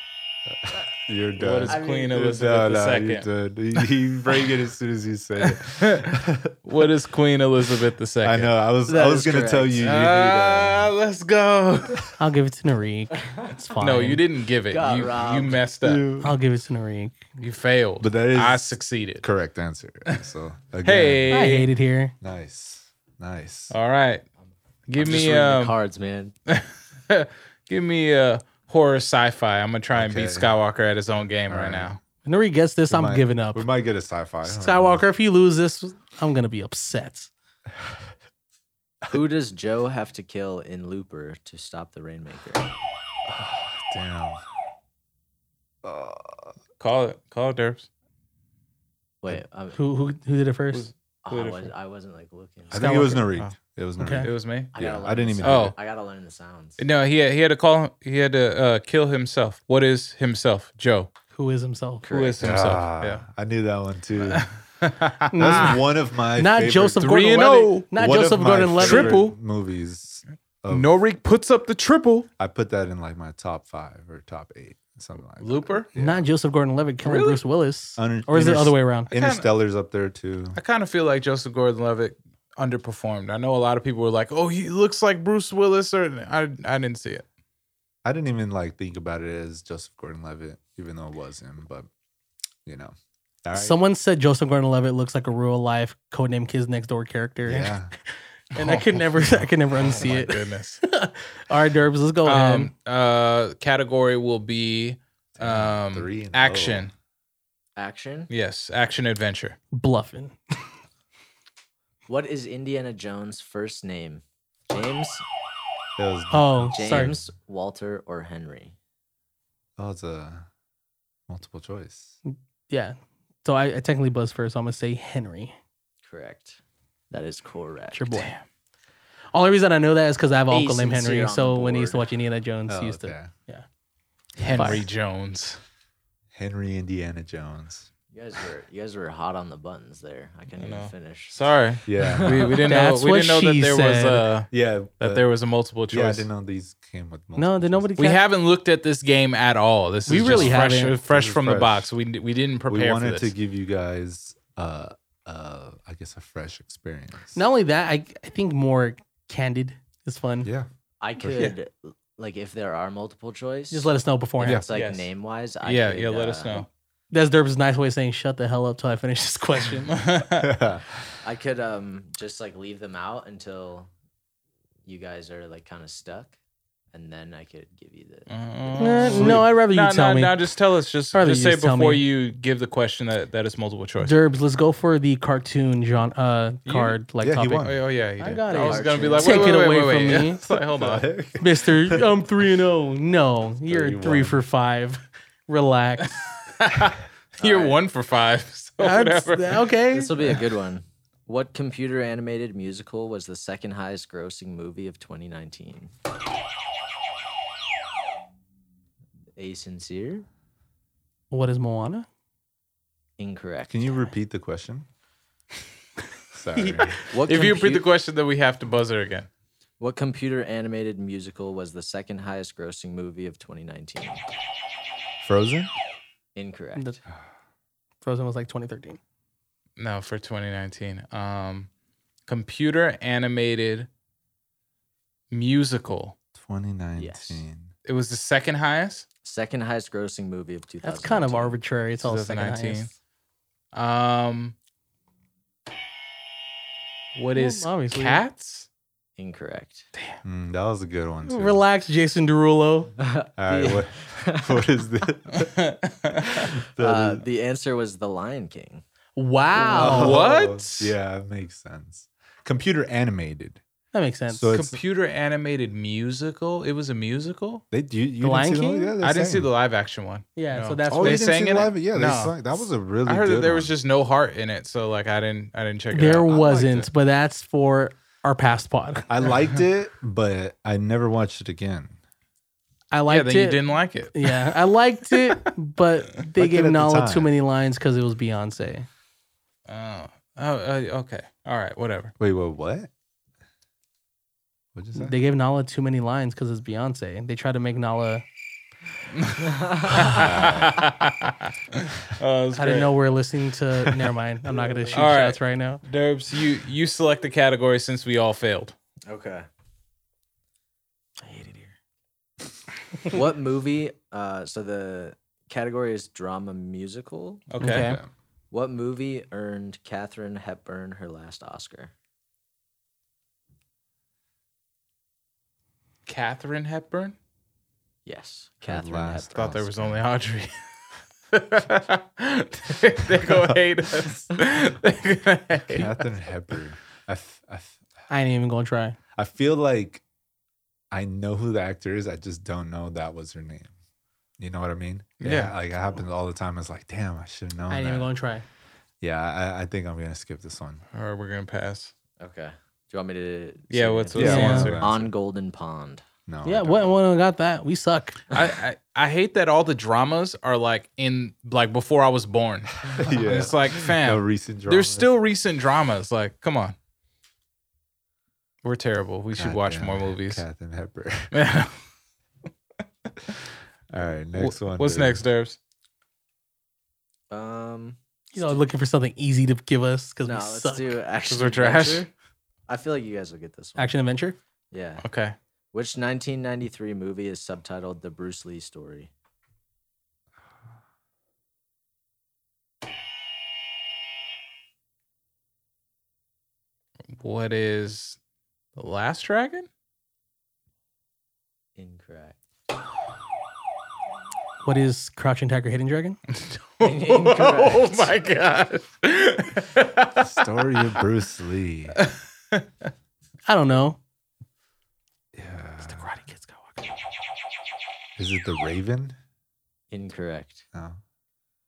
Speaker 3: you're
Speaker 2: What
Speaker 3: done.
Speaker 2: is
Speaker 4: I mean,
Speaker 2: Queen
Speaker 3: You're
Speaker 2: Elizabeth
Speaker 3: done.
Speaker 2: II?
Speaker 3: You're done. He, he break it as soon as you say it.
Speaker 2: What is Queen Elizabeth II?
Speaker 3: I know. I was.
Speaker 4: That
Speaker 3: I was
Speaker 4: is
Speaker 3: gonna tell
Speaker 4: correct.
Speaker 3: you. you Uh,
Speaker 2: Ah, let's go.
Speaker 1: I'll give it to Narik. It's fine.
Speaker 2: No, you didn't give it.
Speaker 4: Got
Speaker 2: You, you
Speaker 4: robbed.
Speaker 2: messed
Speaker 3: need
Speaker 2: up.
Speaker 3: that.
Speaker 2: You,
Speaker 3: You-
Speaker 1: I'll give it to Narik.
Speaker 2: failed.
Speaker 3: But that is-
Speaker 2: I succeeded.
Speaker 3: correct answer. So again,
Speaker 2: Hey. Uh,
Speaker 1: I hate it here.
Speaker 3: nice, nice.
Speaker 2: All right. Give
Speaker 4: Just
Speaker 2: me
Speaker 4: reading the
Speaker 2: um,
Speaker 4: cards, man.
Speaker 2: give me a horror sci-fi. I'm gonna try and beat
Speaker 3: Okay.
Speaker 2: Skywalker at his own game
Speaker 3: All
Speaker 2: right,
Speaker 3: right.
Speaker 2: now.
Speaker 1: If Narik gets this,
Speaker 3: We
Speaker 1: I'm
Speaker 3: might-
Speaker 1: giving up.
Speaker 3: We might get a sci-fi. I don't know.
Speaker 1: Skywalker, if you lose this, I'm gonna be upset.
Speaker 4: Who does Joe have to kill in Looper to stop the Rainmaker?
Speaker 3: Damn. Uh,
Speaker 2: Call it. Call it Derps.
Speaker 4: Wait, um,
Speaker 1: Who who who did it first?
Speaker 4: Oh, I,
Speaker 2: Beautiful.
Speaker 4: was, I wasn't like looking.
Speaker 3: I think it was
Speaker 2: Skywalker.
Speaker 3: Narik. It was Narik.
Speaker 1: Okay.
Speaker 2: It was me.
Speaker 4: I gotta
Speaker 3: yeah,
Speaker 4: learn
Speaker 3: I didn't
Speaker 4: the
Speaker 3: even-
Speaker 4: sound-
Speaker 2: Oh.
Speaker 4: I gotta learn the sounds.
Speaker 2: No, he had, he had to call. He had to uh, kill himself. What is himself? Joe.
Speaker 1: Who is himself?
Speaker 2: Who is himself?
Speaker 3: Ah, I knew that one too.
Speaker 2: yeah.
Speaker 3: That's one of Ah, my
Speaker 1: Not
Speaker 3: favorite-
Speaker 1: Joseph
Speaker 2: Three
Speaker 1: Gordon
Speaker 2: and
Speaker 1: Levitt.
Speaker 2: oh.
Speaker 1: Not
Speaker 3: one of
Speaker 1: Joseph
Speaker 3: my
Speaker 1: Gordon Levitt.
Speaker 3: favorite
Speaker 2: Triple.
Speaker 3: movies. Of,
Speaker 2: Norik puts up the triple.
Speaker 3: I put that in like my top five or top eight, something like
Speaker 2: Looper.
Speaker 3: Yeah.
Speaker 1: Not Joseph Gordon Levitt killing
Speaker 2: Really?
Speaker 1: Bruce Willis.
Speaker 3: that. Un-
Speaker 1: or is it the
Speaker 3: Inter-
Speaker 1: other way around?
Speaker 3: Interstellar's up there too.
Speaker 2: I kind of feel like Joseph Gordon-Levitt underperformed. I know a lot of people were like, "Oh, he looks like Bruce Willis," or I, I didn't see it.
Speaker 3: I didn't even like think about it as Joseph Gordon-Levitt, even though it was him. But you know, all right.
Speaker 1: Someone said Joseph Gordon Levitt looks like a real life codename Kids Next Door character.
Speaker 3: yeah, Oh
Speaker 1: and I could never I could never unsee
Speaker 2: My
Speaker 1: it. Oh,
Speaker 2: Goodness.
Speaker 1: All right, Derbs, let's go ahead.
Speaker 2: um, uh, category will be um,
Speaker 3: three and
Speaker 2: action.
Speaker 4: Action.
Speaker 2: Yes, action adventure.
Speaker 1: Bluffing.
Speaker 4: What is Indiana Jones' first name? James,
Speaker 3: It was, oh,
Speaker 1: Oh, sorry.
Speaker 4: James, Walter, or Henry?
Speaker 3: that was a multiple choice.
Speaker 1: Yeah. So I, I technically buzzed first, so I'm gonna say Henry.
Speaker 4: Correct. That is correct.
Speaker 1: It's your boy. Only reason I know that is because I have an
Speaker 4: Be
Speaker 1: uncle named Henry.
Speaker 4: sincere on
Speaker 1: So
Speaker 4: the
Speaker 1: when he used to
Speaker 4: board.
Speaker 1: watch Indiana Jones, he used to
Speaker 3: Oh, okay.
Speaker 2: Henry Jones.
Speaker 3: Henry Indiana Jones.
Speaker 4: You guys were you guys were hot on the buttons there. I couldn't
Speaker 2: No.
Speaker 4: even finish.
Speaker 2: Sorry,
Speaker 3: Yeah.
Speaker 2: we, we didn't know.
Speaker 1: That's
Speaker 2: We
Speaker 1: what
Speaker 2: didn't know that
Speaker 1: she
Speaker 2: there was
Speaker 1: said.
Speaker 2: uh
Speaker 3: Yeah,
Speaker 2: that
Speaker 3: but-
Speaker 2: there was a multiple
Speaker 3: Yeah, I
Speaker 2: choice.
Speaker 3: didn't know these came with.
Speaker 1: No, did
Speaker 3: multiple
Speaker 1: nobody
Speaker 3: choice.
Speaker 2: we
Speaker 1: Yeah.
Speaker 2: haven't looked at this game at all. This is
Speaker 1: We
Speaker 2: just
Speaker 1: really
Speaker 2: fresh,
Speaker 1: haven't.
Speaker 2: fresh
Speaker 3: This is
Speaker 2: from the
Speaker 3: fresh.
Speaker 2: box. We d- we didn't prepare
Speaker 3: We
Speaker 2: for
Speaker 3: wanted
Speaker 2: this.
Speaker 3: to give you guys, uh, uh, I guess, a fresh experience.
Speaker 1: not only that, I I think more candid is fun.
Speaker 3: Yeah.
Speaker 4: I
Speaker 3: For sure.
Speaker 4: could like if there are multiple choice.
Speaker 1: Just let us know
Speaker 4: if
Speaker 1: beforehand.
Speaker 4: it's like
Speaker 2: Yes.
Speaker 4: name wise. I
Speaker 2: yeah,
Speaker 4: could,
Speaker 2: yeah. Let us
Speaker 4: uh,
Speaker 2: know.
Speaker 1: That's Derb's nice way of saying shut the hell up till I finish this question.
Speaker 4: I could um just like leave them out until you guys are like kind of stuck, and then I could give you the.
Speaker 1: Eh,
Speaker 2: Uh,
Speaker 1: no, I'd rather you
Speaker 2: No,
Speaker 1: tell
Speaker 2: no,
Speaker 1: me.
Speaker 2: no, just tell us. Just,
Speaker 1: Rather
Speaker 2: just
Speaker 1: you
Speaker 2: say
Speaker 1: just tell
Speaker 2: before
Speaker 1: me.
Speaker 2: you give the question that, that it's multiple choice.
Speaker 1: Derbs, let's go for the cartoon genre uh,
Speaker 2: You-
Speaker 1: card like
Speaker 3: Yeah, he
Speaker 1: topic.
Speaker 2: Oh,
Speaker 3: won.
Speaker 2: yeah, oh, yeah, you
Speaker 1: I
Speaker 2: did.
Speaker 1: got
Speaker 2: I
Speaker 1: it.
Speaker 2: was gonna be like,
Speaker 1: Take
Speaker 2: wait,
Speaker 1: it
Speaker 2: wait,
Speaker 1: away
Speaker 2: wait, wait,
Speaker 1: from
Speaker 2: wait.
Speaker 1: me.
Speaker 2: It's like, hold on.
Speaker 1: Mister, I'm three and zero. No, you're
Speaker 3: Thirty-one.
Speaker 1: three for five. Relax.
Speaker 2: You're
Speaker 4: Alright.
Speaker 2: one for five. So
Speaker 1: That's-
Speaker 2: whatever.
Speaker 1: okay.
Speaker 4: This will be a good one. What computer animated musical was the second highest grossing movie of 2019? A sincere?
Speaker 1: What is Moana?
Speaker 4: Incorrect.
Speaker 3: Can you repeat the question? Sorry.
Speaker 4: What
Speaker 2: If you repeat the
Speaker 4: compu-
Speaker 2: question, then we have to buzzer again.
Speaker 4: What computer animated musical was the second highest grossing movie of 2019?
Speaker 3: Frozen?
Speaker 4: Incorrect.
Speaker 1: That's- Frozen was like 2013.
Speaker 2: No, for 2019. Um, computer animated musical.
Speaker 3: 2019.
Speaker 2: It was the second highest.
Speaker 4: Second highest grossing movie of 2019.
Speaker 1: That's kind of arbitrary. It's all second
Speaker 2: 2019.
Speaker 1: highest.
Speaker 2: Um, what
Speaker 1: Well,
Speaker 2: is
Speaker 1: obviously.
Speaker 2: cats?
Speaker 4: Incorrect.
Speaker 3: Mm, that was a good one, too.
Speaker 1: Relax, Jason Derulo.
Speaker 3: All right.
Speaker 4: The-
Speaker 3: What, what is this? That
Speaker 4: Uh,
Speaker 3: is-
Speaker 4: the answer was The Lion King.
Speaker 1: Wow,
Speaker 2: Wow. what?
Speaker 3: Oh, Yeah, it makes sense. Computer animated.
Speaker 1: that makes sense.
Speaker 3: So it's-
Speaker 2: computer animated musical. It was a musical.
Speaker 3: They you, you
Speaker 1: The Lion
Speaker 3: didn't see
Speaker 1: King?
Speaker 3: The, yeah, they
Speaker 2: I didn't see
Speaker 3: sang.
Speaker 2: the live action one.
Speaker 1: yeah,
Speaker 2: No.
Speaker 1: so that's
Speaker 3: Oh,
Speaker 1: what
Speaker 3: they
Speaker 2: they
Speaker 3: you didn't
Speaker 2: sang
Speaker 3: see
Speaker 2: in it?
Speaker 3: live? Yeah, they
Speaker 2: No.
Speaker 3: sang. That was a really.
Speaker 2: I heard
Speaker 3: good
Speaker 2: that there was
Speaker 3: one.
Speaker 2: just no heart in it, so like I didn't I didn't check it
Speaker 1: there
Speaker 2: out.
Speaker 3: liked
Speaker 1: wasn't,
Speaker 3: it.
Speaker 1: but that's for our past pod.
Speaker 3: I liked it, but I never watched it again.
Speaker 1: I
Speaker 2: Oh, yeah,
Speaker 1: liked
Speaker 2: then
Speaker 1: it.
Speaker 2: you didn't like it.
Speaker 1: Yeah, I liked it, but they
Speaker 3: Liked it
Speaker 1: gave
Speaker 3: at the
Speaker 1: Nala too
Speaker 3: time.
Speaker 1: many lines because it was Beyonce.
Speaker 2: Oh, oh, uh, okay, all right, whatever.
Speaker 3: Wait, wait, what? What'd you say?
Speaker 1: They gave Nala too many lines because it's Beyonce. and They tried to make Nala.
Speaker 2: Oh, that's
Speaker 1: I didn't
Speaker 2: great.
Speaker 1: know we are listening to. Never mind. I'm not gonna shoot
Speaker 2: All right.
Speaker 1: shots right now.
Speaker 2: Derbs, you you select the category since we all failed.
Speaker 4: Okay.
Speaker 1: I hate it here.
Speaker 4: what movie? Uh, so the category is drama musical.
Speaker 2: Okay.
Speaker 1: Okay.
Speaker 4: What movie earned Katharine Hepburn her last Oscar?
Speaker 2: Catherine Hepburn.
Speaker 4: Yes,
Speaker 3: Her
Speaker 4: Katharine
Speaker 3: last
Speaker 2: Thought
Speaker 4: Hepburn.
Speaker 2: there was only Audrey. they, they go hate us. They're gonna hate us.
Speaker 3: Catherine Hepburn. I, f- I, f-
Speaker 1: I ain't even gonna try.
Speaker 3: I feel like I know who the actor is. I just don't know that was her name. You know what I mean?
Speaker 2: Yeah.
Speaker 3: Like it happens all the time. It's like, damn, I should have known.
Speaker 1: I ain't
Speaker 3: that.
Speaker 1: even gonna try.
Speaker 3: Yeah, I, I think I'm gonna skip this one.
Speaker 2: All right, we're gonna pass.
Speaker 4: Okay. Do you want me to? say
Speaker 2: Yeah,
Speaker 4: it?
Speaker 1: what's
Speaker 2: what's,
Speaker 1: the
Speaker 2: the
Speaker 1: Yeah.
Speaker 2: answer?
Speaker 1: answer?
Speaker 4: on Golden Pond?
Speaker 3: No. I
Speaker 1: yeah,
Speaker 3: don't.
Speaker 1: when when I got that, we suck.
Speaker 2: I, I I hate that all the dramas are like in like before I was born.
Speaker 3: yeah.
Speaker 2: It's like
Speaker 3: no
Speaker 2: fam,
Speaker 3: recent dramas.
Speaker 2: there's still recent dramas. Like, come on, we're terrible. We should
Speaker 3: God
Speaker 2: watch
Speaker 3: damn
Speaker 2: more
Speaker 3: it,
Speaker 2: movies.
Speaker 3: Catherine Hepburn. All right, next
Speaker 2: Wh-
Speaker 3: one.
Speaker 2: What's
Speaker 3: dude.
Speaker 2: next, Derbs?
Speaker 4: Um,
Speaker 1: You know, looking for something easy to give us because
Speaker 4: no,
Speaker 1: we
Speaker 4: let's
Speaker 1: suck.
Speaker 4: do action.
Speaker 2: we're trash.
Speaker 4: adventure. I feel like you guys will get this one.
Speaker 1: Action adventure.
Speaker 4: Yeah.
Speaker 2: Okay,
Speaker 4: Which 1993 movie is subtitled "The Bruce Lee Story"?
Speaker 2: what is the last dragon?
Speaker 4: Incorrect.
Speaker 1: What is Crouching Tiger, Hidden Dragon?
Speaker 2: oh
Speaker 4: Incorrect.
Speaker 2: my god.
Speaker 3: Story of Bruce Lee.
Speaker 1: I don't know.
Speaker 3: Yeah.
Speaker 1: It's the Karate Kid Skywalker.
Speaker 3: Is it the Raven?
Speaker 4: Incorrect.
Speaker 3: No.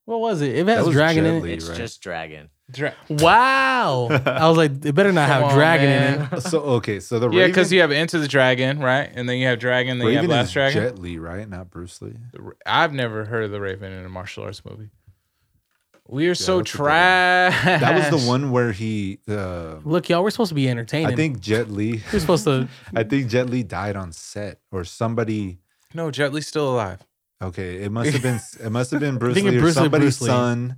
Speaker 1: What was it? It has
Speaker 3: was
Speaker 1: dragon in
Speaker 3: Jet Li,
Speaker 1: it.
Speaker 4: it's
Speaker 3: right?
Speaker 4: just dragon.
Speaker 2: Dra-
Speaker 1: Wow. I was like, it better not
Speaker 2: Come
Speaker 1: have
Speaker 2: on,
Speaker 1: dragon in
Speaker 2: man.
Speaker 1: it.
Speaker 3: So okay, so the
Speaker 2: Yeah,
Speaker 3: Raven.
Speaker 2: because you have Into the Dragon, right? And then you have Dragon, then you have
Speaker 3: Raven
Speaker 2: Last
Speaker 3: is
Speaker 2: Dragon.
Speaker 3: Jet Li, right? Not Bruce Lee.
Speaker 2: The Ra- I've never heard of the Raven in a martial arts movie. We are so
Speaker 3: that's a good one.
Speaker 2: trash.
Speaker 3: That was the one where he. Uh,
Speaker 1: Look, y'all, we're supposed to be entertaining.
Speaker 3: I think Jet Li.
Speaker 1: we're supposed to.
Speaker 3: I think Jet Li died on set, or somebody.
Speaker 2: No, Jet Li's still alive.
Speaker 3: Okay, it must have been. It must have been Bruce
Speaker 1: think
Speaker 3: Lee
Speaker 1: it's
Speaker 3: or
Speaker 1: Bruce Lee,
Speaker 3: somebody's
Speaker 1: Bruce Lee.
Speaker 3: son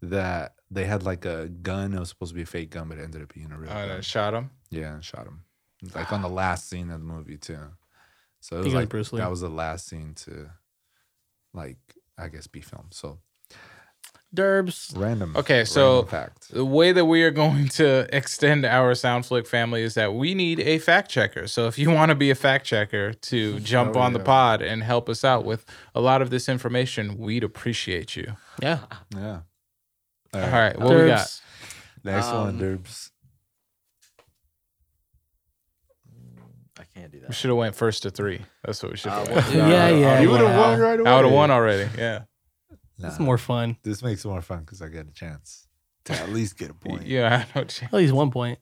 Speaker 3: that they had like a gun. It was supposed to be a fake gun, but it ended up being a real
Speaker 2: I
Speaker 3: gun.
Speaker 2: shot him.
Speaker 3: Yeah, and shot him. Like
Speaker 2: ah.
Speaker 3: on the last scene of the movie too. So it
Speaker 1: Think it
Speaker 3: was
Speaker 1: was
Speaker 3: like
Speaker 1: Bruce Lee.
Speaker 3: that was the last scene to, like I guess, be filmed. So
Speaker 1: Derbs.
Speaker 3: random.
Speaker 2: Okay, so-
Speaker 3: random fact.
Speaker 2: The way that we are going to extend our sound flick family is that we need a fact checker. So if you want to be a fact checker to jump
Speaker 3: Oh,
Speaker 2: on the
Speaker 3: yeah.
Speaker 2: pod and help us out with a lot of this information, we'd appreciate you.
Speaker 1: Yeah.
Speaker 3: Yeah.
Speaker 2: All
Speaker 3: All right.
Speaker 2: right, what we got?
Speaker 1: Derbs.
Speaker 3: Next one,
Speaker 4: Um,
Speaker 3: Derbs.
Speaker 4: I can't do
Speaker 2: We
Speaker 4: that.
Speaker 2: should have went first to three. That's what we should
Speaker 4: Uh,
Speaker 2: have.
Speaker 4: we'll
Speaker 2: went.
Speaker 4: do-
Speaker 1: Yeah,
Speaker 4: Uh,
Speaker 1: yeah.
Speaker 3: You would have
Speaker 1: yeah.
Speaker 3: won right away.
Speaker 2: I would have won already. Yeah.
Speaker 3: Nah,
Speaker 1: It's more fun.
Speaker 3: This makes it more fun because I get a chance to at least get a point.
Speaker 2: Yeah, I know. Jay.
Speaker 1: At least one point.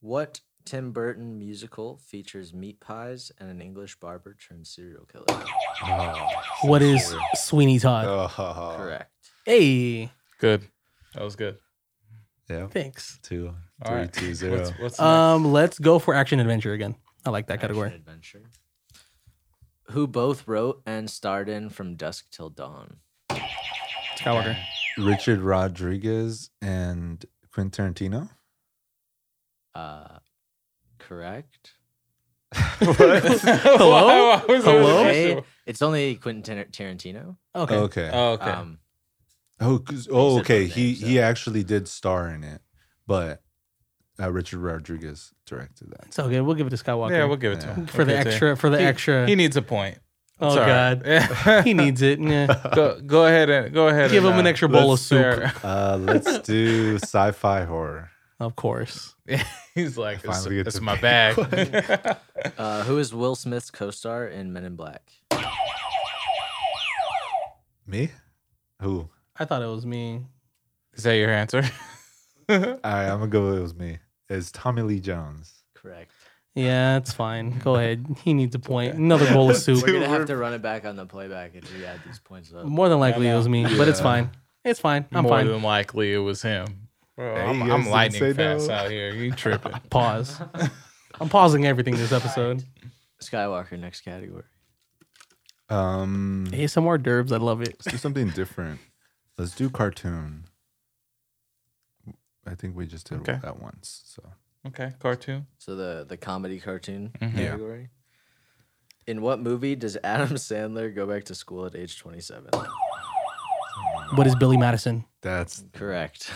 Speaker 4: What Tim Burton musical features meat pies and an English barber turned serial killer?
Speaker 3: Oh,
Speaker 1: What is Sweeney Todd?
Speaker 2: Uh,
Speaker 3: Oh,
Speaker 4: Correct.
Speaker 1: Hey,
Speaker 2: Good. That was good.
Speaker 3: Yeah.
Speaker 1: thanks.
Speaker 3: Two,
Speaker 2: All
Speaker 3: three,
Speaker 2: right.
Speaker 3: two, zero.
Speaker 2: What's, what's
Speaker 1: Um, let's go for action adventure again. I like that category.
Speaker 4: Action adventure. Who both wrote and starred in From Dusk Till Dawn?
Speaker 1: Skywalker.
Speaker 3: Richard Rodriguez and Quentin Tarantino.
Speaker 4: Uh, correct.
Speaker 2: next?
Speaker 1: Hello?
Speaker 2: Why was there
Speaker 1: Hello?
Speaker 2: an
Speaker 4: Okay,
Speaker 2: issue?
Speaker 4: It's only Quentin Tar- Tarantino.
Speaker 1: Okay.
Speaker 3: Okay.
Speaker 2: Oh, okay.
Speaker 4: Um,
Speaker 3: Oh, 'cause- oh,
Speaker 4: said
Speaker 3: okay.
Speaker 4: both
Speaker 3: He
Speaker 4: names,
Speaker 3: he
Speaker 4: so-
Speaker 3: actually did star in it, but uh, Richard Rodriguez directed that.
Speaker 1: It's all good. We'll give it to Skywalker.
Speaker 2: yeah, we'll give it to
Speaker 3: Yeah.
Speaker 2: him
Speaker 1: for the
Speaker 2: Okay, Jay.
Speaker 1: extra. For the
Speaker 2: He-
Speaker 1: extra.
Speaker 2: He needs a point.
Speaker 1: oh God.
Speaker 2: God.
Speaker 1: he needs it. Yeah.
Speaker 2: go, go ahead and go ahead.
Speaker 1: Give
Speaker 2: and,
Speaker 1: him an
Speaker 2: uh,
Speaker 1: extra bowl of
Speaker 2: let's-
Speaker 1: soup.
Speaker 2: there-
Speaker 3: Uh, let's do sci-fi horror.
Speaker 1: Of course.
Speaker 2: He's like, it's,
Speaker 3: finally get
Speaker 2: it's
Speaker 3: to
Speaker 2: my
Speaker 3: pick
Speaker 2: bag.
Speaker 4: uh, who is Will Smith's co-star in Men in Black?
Speaker 3: Me? Who?
Speaker 1: I thought it was me.
Speaker 2: Is that your answer?
Speaker 3: All right, I'm gonna go. with It was me. It's Tommy Lee Jones.
Speaker 4: Correct.
Speaker 1: Yeah, it's fine. Go ahead. He needs a point. Another bowl of soup.
Speaker 4: We're gonna have to run it back on the playback if we add these points up.
Speaker 1: More than likely it was me, but it's
Speaker 3: Yeah.
Speaker 1: fine. It's fine. I'm
Speaker 2: More
Speaker 1: fine.
Speaker 2: than likely, it was him. Bro,
Speaker 3: Hey,
Speaker 2: I'm,
Speaker 3: you
Speaker 2: I'm
Speaker 3: guys
Speaker 2: lightning
Speaker 3: didn't say
Speaker 2: fast
Speaker 3: no.
Speaker 2: out here. You tripping?
Speaker 1: Pause. I'm pausing everything this episode.
Speaker 4: Skywalker, next category.
Speaker 3: Um,
Speaker 1: Hey, some more derbs. I love it.
Speaker 3: let's do something different. Let's do cartoon. I think we just did
Speaker 2: Okay.
Speaker 3: that once. So
Speaker 2: okay, cartoon.
Speaker 4: So the the comedy cartoon
Speaker 2: Mhm.
Speaker 3: Yeah.
Speaker 4: category. In what movie does Adam Sandler go back to school at age 27?
Speaker 1: What is Billy Madison?
Speaker 3: that's.
Speaker 4: Correct.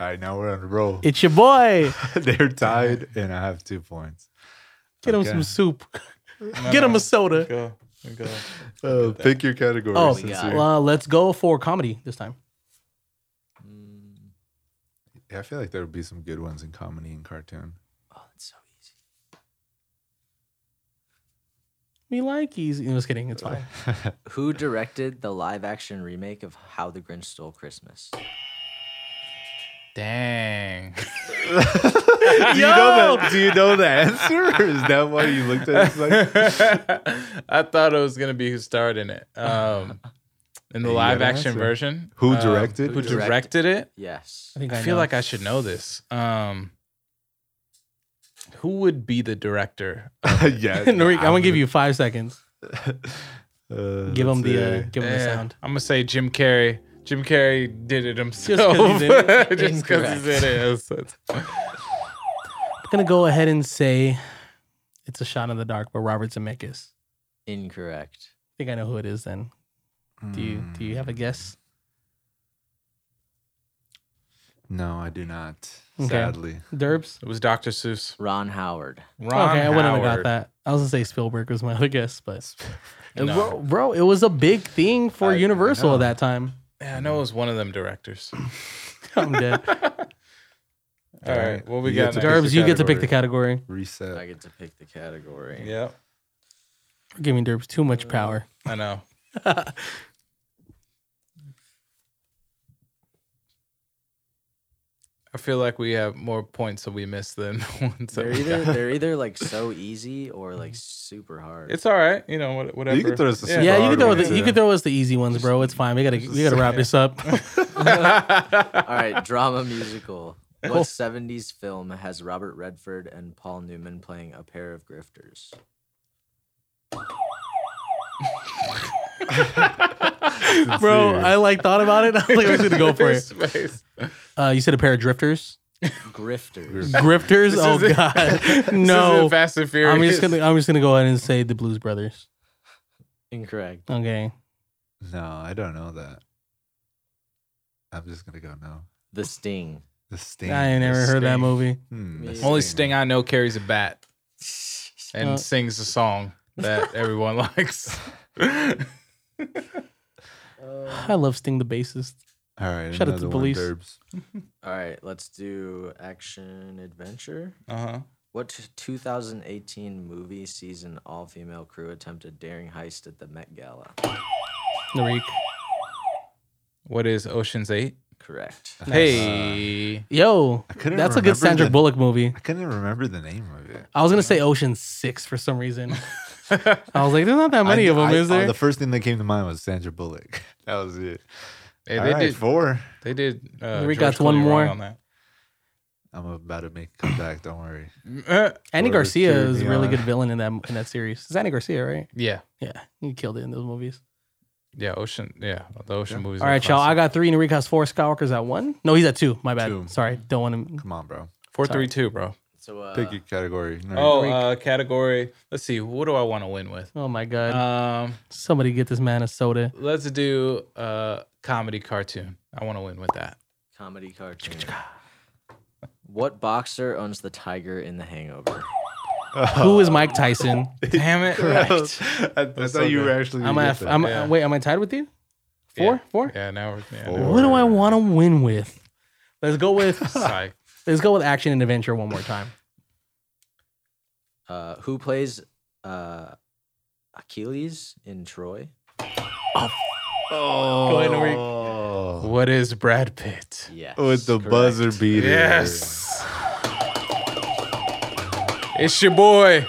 Speaker 3: All right, now we're on a roll.
Speaker 1: It's your boy.
Speaker 3: They're tied, and I have two points.
Speaker 1: Get him
Speaker 3: Okay.
Speaker 1: some soup.
Speaker 2: No,
Speaker 1: Get him
Speaker 2: no,
Speaker 1: a soda.
Speaker 2: Go. Go.
Speaker 3: Uh, pick your category.
Speaker 1: Oh,
Speaker 3: since
Speaker 4: yeah.
Speaker 3: we-
Speaker 4: Dude.
Speaker 1: Well, let's go for comedy this time.
Speaker 4: Mm,
Speaker 3: Yeah, I feel like there would be some good ones in comedy and cartoon.
Speaker 4: oh, that's so easy.
Speaker 1: We like easy. No, just kidding. It's fine.
Speaker 4: Who directed the live action remake of How the Grinch Stole Christmas?
Speaker 2: Dang.
Speaker 3: do, you know the, do you know the answer? Or is that why you looked at it? It's like,
Speaker 2: I thought it was gonna be who starred in it. Um, in the
Speaker 3: You
Speaker 2: live
Speaker 3: gotta
Speaker 2: action
Speaker 3: answer.
Speaker 2: version,
Speaker 3: Who
Speaker 2: um,
Speaker 3: directed?
Speaker 2: Who
Speaker 4: Who directed.
Speaker 2: directed it?
Speaker 4: Yes.
Speaker 1: I think
Speaker 2: I
Speaker 1: I,
Speaker 2: feel
Speaker 1: know.
Speaker 2: like I should know this. Um, who would be the director?
Speaker 3: yeah.
Speaker 1: Norik, I'm gonna give you five seconds.
Speaker 3: Uh,
Speaker 1: Give him
Speaker 3: let's
Speaker 1: the uh,
Speaker 3: see.
Speaker 1: give him the sound.
Speaker 2: I'm gonna say Jim Carrey. Jim Carrey did it himself.
Speaker 1: 'cause he did it?
Speaker 2: Just 'cause he did it. That's-
Speaker 1: I'm gonna go ahead and say it's a shot in the dark, but Robert Zemeckis.
Speaker 4: Incorrect.
Speaker 1: I think I know who it is. Then do you do you have a guess?
Speaker 3: No, I do not.
Speaker 1: Okay.
Speaker 3: Sadly.
Speaker 1: Derbs.
Speaker 2: It was Dr. Seuss.
Speaker 4: Ron Howard.
Speaker 2: Ron
Speaker 1: okay, I wouldn't have got
Speaker 2: Howard.
Speaker 1: that. I was gonna say Spielberg was my other guess, but
Speaker 2: No.
Speaker 1: bro, bro, it was a big thing for
Speaker 3: I- I
Speaker 1: Universal
Speaker 3: know.
Speaker 1: at that time.
Speaker 2: Yeah, I know it was one of them directors.
Speaker 1: I'm dead.
Speaker 2: All right, what we
Speaker 3: You
Speaker 2: got?
Speaker 3: get to
Speaker 2: next?
Speaker 1: Derbs, you get to pick the category.
Speaker 3: Reset.
Speaker 4: I get to pick the category.
Speaker 2: Yeah,
Speaker 1: We're giving Derbs too much power.
Speaker 2: I know. I feel like we have more points that we missed than ones that
Speaker 4: They're
Speaker 2: we
Speaker 4: either
Speaker 2: got.
Speaker 4: they're either like so easy or like super hard.
Speaker 2: It's all right, you know, what- whatever.
Speaker 3: can throw us a
Speaker 1: Yeah,
Speaker 3: Yeah,
Speaker 1: you
Speaker 3: hard
Speaker 1: can throw
Speaker 3: ones
Speaker 1: the, you
Speaker 3: too.
Speaker 1: can throw us the easy ones, bro. It's fine. We gotta we gotta wrap this up.
Speaker 4: All right, drama musical. What 70s film has Robert Redford and Paul Newman playing a pair of grifters?
Speaker 1: bro, I like thought about it. I was like, I was gonna go for it.
Speaker 2: Space.
Speaker 1: Uh, you said a pair of drifters,
Speaker 4: Grifters.
Speaker 1: grifters.
Speaker 2: This
Speaker 1: oh
Speaker 2: isn't-
Speaker 1: god,
Speaker 2: This isn't
Speaker 1: no.
Speaker 2: Fast and Furious.
Speaker 1: I'm just gonna I'm just gonna go ahead and say the Blues Brothers.
Speaker 4: Incorrect.
Speaker 1: Okay,
Speaker 3: No, I don't know that. I'm just gonna go no.
Speaker 4: The Sting.
Speaker 3: The sting.
Speaker 1: I ain't never heard that
Speaker 2: Sting.
Speaker 1: movie.
Speaker 3: Hmm,
Speaker 4: Me
Speaker 3: the
Speaker 4: either.
Speaker 2: Only Sting I know carries a bat and
Speaker 1: Uh,
Speaker 2: sings a song that everyone likes.
Speaker 1: I love Sting the bassist.
Speaker 3: All right.
Speaker 1: Shout out to
Speaker 3: another
Speaker 1: the
Speaker 3: one,
Speaker 1: police.
Speaker 3: Derbs.
Speaker 4: All right, let's do action adventure.
Speaker 2: Uh-huh.
Speaker 4: What 2018 movie sees an all female crew attempt a daring heist at the Met Gala?
Speaker 1: Narik.
Speaker 2: What is Ocean's 8?
Speaker 4: Correct.
Speaker 2: Hey.
Speaker 1: Yo,
Speaker 3: I couldn't
Speaker 1: that's a good
Speaker 3: remember
Speaker 1: Sandra
Speaker 3: the-
Speaker 1: Bullock movie.
Speaker 3: I couldn't remember the name of it.
Speaker 1: I was gonna say Ocean Six for some reason.
Speaker 2: Uh,
Speaker 1: I was like, there's not that many
Speaker 3: I-
Speaker 1: of them,
Speaker 3: I-
Speaker 1: is
Speaker 3: oh,
Speaker 1: there?
Speaker 3: the first thing that came to mind was Sandra Bullock. That was it.
Speaker 2: Hey,
Speaker 3: All
Speaker 2: they,
Speaker 3: right,
Speaker 2: did,
Speaker 3: four.
Speaker 2: they did. Uh,
Speaker 1: We
Speaker 2: George
Speaker 1: got one
Speaker 2: Clooney wrong
Speaker 1: more.
Speaker 2: on that.
Speaker 3: I'm about to make a comeback. Don't worry.
Speaker 2: Uh,
Speaker 1: Andy
Speaker 3: or
Speaker 1: Garcia
Speaker 3: Cheer
Speaker 1: is a really
Speaker 3: Beyond.
Speaker 1: good villain in that in that series. It's Andy Garcia, right?
Speaker 2: yeah.
Speaker 1: Yeah, he killed it in those movies.
Speaker 2: Yeah, Ocean. Yeah, the Ocean
Speaker 3: Yeah.
Speaker 2: movies.
Speaker 1: All
Speaker 2: are
Speaker 1: right, y'all. I
Speaker 2: classic.
Speaker 1: got three. Narik has four. Skywalker's at one. No, he's at two. My bad.
Speaker 3: Two.
Speaker 1: Sorry, don't want him.
Speaker 3: Come on, bro.
Speaker 2: 432, bro.
Speaker 4: So, uh,
Speaker 3: Pick your category. No,
Speaker 2: Oh,
Speaker 1: Greek.
Speaker 2: uh, category. Let's see. What do I want to win with?
Speaker 1: Oh my god!
Speaker 3: Uh,
Speaker 2: Um,
Speaker 1: Somebody get this man a soda.
Speaker 2: let's do uh comedy cartoon. I want to win with that.
Speaker 4: comedy cartoon. what boxer owns the tiger in The Hangover?
Speaker 3: Oh.
Speaker 1: Who is Mike Tyson?
Speaker 2: Damn it!
Speaker 3: I, I thought
Speaker 2: so
Speaker 3: you were
Speaker 2: good.
Speaker 3: actually.
Speaker 1: I'm
Speaker 3: gonna
Speaker 1: at.
Speaker 3: get that.
Speaker 1: I'm
Speaker 2: Yeah.
Speaker 1: wait. Am I tied with you? Four,
Speaker 2: Yeah.
Speaker 1: four.
Speaker 2: Yeah, now we're yeah,
Speaker 3: Four.
Speaker 2: now
Speaker 1: What do I want to win with? Let's go with.
Speaker 2: we're psych.
Speaker 1: let's go with action and adventure one more time.
Speaker 4: Uh, who plays uh, Achilles in Troy?
Speaker 3: oh,
Speaker 2: What is Brad Pitt?
Speaker 4: Yes.
Speaker 3: with Oh, the
Speaker 4: correct.
Speaker 3: buzzer beater.
Speaker 2: Yes. It's your boy.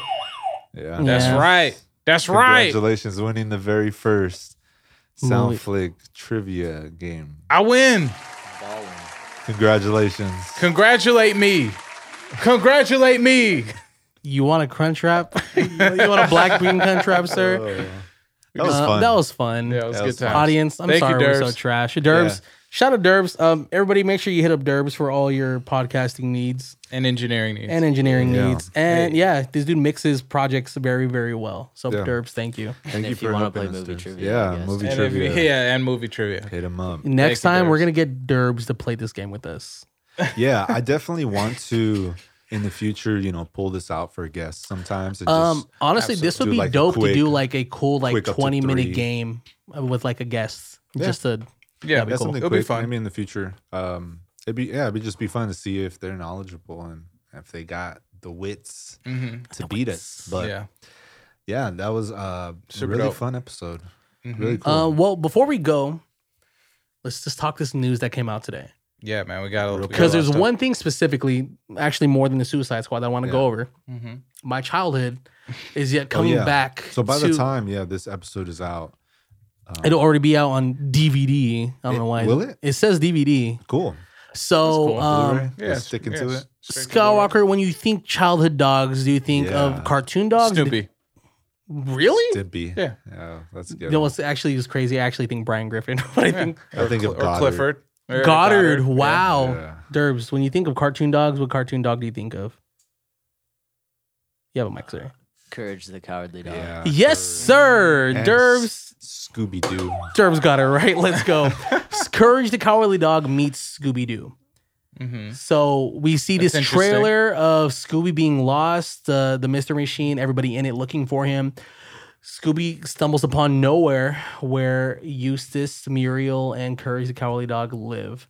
Speaker 3: Yeah.
Speaker 1: Yeah.
Speaker 2: That's right. That's right.
Speaker 3: Congratulations, winning the very first
Speaker 1: Movie.
Speaker 3: Soundflick trivia game.
Speaker 2: I win.
Speaker 4: Ballin.
Speaker 3: Congratulations.
Speaker 2: Congratulate me. Congratulate me.
Speaker 1: You want a crunch wrap? you want a black bean crunch wrap, sir?
Speaker 3: Oh, That was
Speaker 1: Uh,
Speaker 3: fun.
Speaker 1: That was fun.
Speaker 2: Yeah, it was
Speaker 3: That
Speaker 2: good
Speaker 3: was
Speaker 2: times.
Speaker 1: Audience, I'm
Speaker 2: Thank you,
Speaker 1: sorry we're so
Speaker 2: Derbs.
Speaker 1: trash. Derbs,
Speaker 3: Yeah.
Speaker 1: shout out Derbs. Um, everybody, make sure you hit up Derbs for all your podcasting needs
Speaker 2: And engineering needs.
Speaker 1: and engineering
Speaker 3: Yeah.
Speaker 1: needs. And yeah, this dude mixes projects very, very well. So
Speaker 3: Yeah.
Speaker 1: Derbs, thank you.
Speaker 3: Thank
Speaker 4: if you
Speaker 3: for
Speaker 4: wanna
Speaker 3: helping
Speaker 4: play
Speaker 3: us,
Speaker 4: movie
Speaker 3: dude.
Speaker 4: trivia, I
Speaker 3: Yeah,
Speaker 4: guess.
Speaker 3: movie
Speaker 2: And if you-
Speaker 3: trivia.
Speaker 2: yeah, and movie trivia.
Speaker 3: Hit him up.
Speaker 1: Next
Speaker 2: Thank you,
Speaker 1: time, we're
Speaker 2: Derbs.
Speaker 1: gonna get Derbs to play this game with us.
Speaker 3: yeah, I definitely want to in the future, you know, pull this out for guests sometimes. And
Speaker 1: Um,
Speaker 3: just,
Speaker 1: honestly, this would
Speaker 3: absolutely.
Speaker 1: be
Speaker 3: Do, like, a
Speaker 1: dope to
Speaker 3: quick-
Speaker 1: do like a cool like
Speaker 3: quick up to
Speaker 1: 20 minute
Speaker 3: three.
Speaker 1: game with like a guest.
Speaker 3: Yeah.
Speaker 1: Just to
Speaker 2: Yeah,
Speaker 1: That'd be
Speaker 3: that's
Speaker 1: cool.
Speaker 3: something
Speaker 2: It'll be
Speaker 3: quick.
Speaker 2: fun.
Speaker 3: Maybe in the future. Um, it'd be yeah, it'd be just be fun to see if they're knowledgeable and if they got the wits
Speaker 2: hmm
Speaker 3: to beat us. But yeah.
Speaker 2: yeah.
Speaker 3: that was a
Speaker 2: Super
Speaker 3: really
Speaker 2: dope.
Speaker 3: fun episode.
Speaker 2: Mhm.
Speaker 4: Mm-hmm.
Speaker 3: Really cool.
Speaker 1: Uh, well, before we go, let's just talk this news that came out today.
Speaker 2: Yeah, man, we got
Speaker 3: Real
Speaker 2: a
Speaker 1: Because there's
Speaker 2: one.
Speaker 1: one thing specifically, actually more than the Suicide Squad, that I want to
Speaker 3: Yeah. Oh,
Speaker 1: go over.
Speaker 2: hmm
Speaker 1: My childhood is yet coming
Speaker 3: yeah.
Speaker 1: back.
Speaker 3: So by
Speaker 1: to-
Speaker 3: the time, yeah, this episode is out. um,
Speaker 1: it'll already be out on DVD. I don't
Speaker 3: It-
Speaker 1: know why.
Speaker 3: will it?
Speaker 1: It says DVD.
Speaker 3: cool.
Speaker 1: So
Speaker 2: cool.
Speaker 1: um,
Speaker 3: Blu-ray? We're sticking to it.
Speaker 1: Skywalker, when you think childhood dogs, do you think
Speaker 3: Yeah.
Speaker 1: of cartoon dogs?
Speaker 2: Snoopy.
Speaker 1: Really?
Speaker 3: Dibby.
Speaker 2: Yeah.
Speaker 3: yeah, that's good.
Speaker 1: That was actually it was crazy. I actually think Brian Griffin. But I think
Speaker 3: I think of
Speaker 2: Cl-
Speaker 3: Goddard.
Speaker 2: or Clifford. Or
Speaker 1: Goddard.
Speaker 2: Yeah.
Speaker 1: Wow.
Speaker 3: Yeah.
Speaker 1: Derbs, when you think of cartoon dogs, what cartoon dog do you think of? You have a mic, sir.
Speaker 4: Courage the Cowardly Dog.
Speaker 3: Yeah,
Speaker 1: yes, sir.
Speaker 3: And
Speaker 1: Derbs.
Speaker 3: Scooby Doo.
Speaker 1: Derbs got it right. Let's go. Courage the Cowardly Dog meets Scooby Doo.
Speaker 2: Mhm.
Speaker 1: So we see
Speaker 2: That's
Speaker 1: this
Speaker 2: interesting.
Speaker 1: trailer of Scooby being lost, uh, the Mystery Machine, everybody in it looking for him. Scooby stumbles upon nowhere where Eustace, Muriel, and Courage the Cowardly Dog live,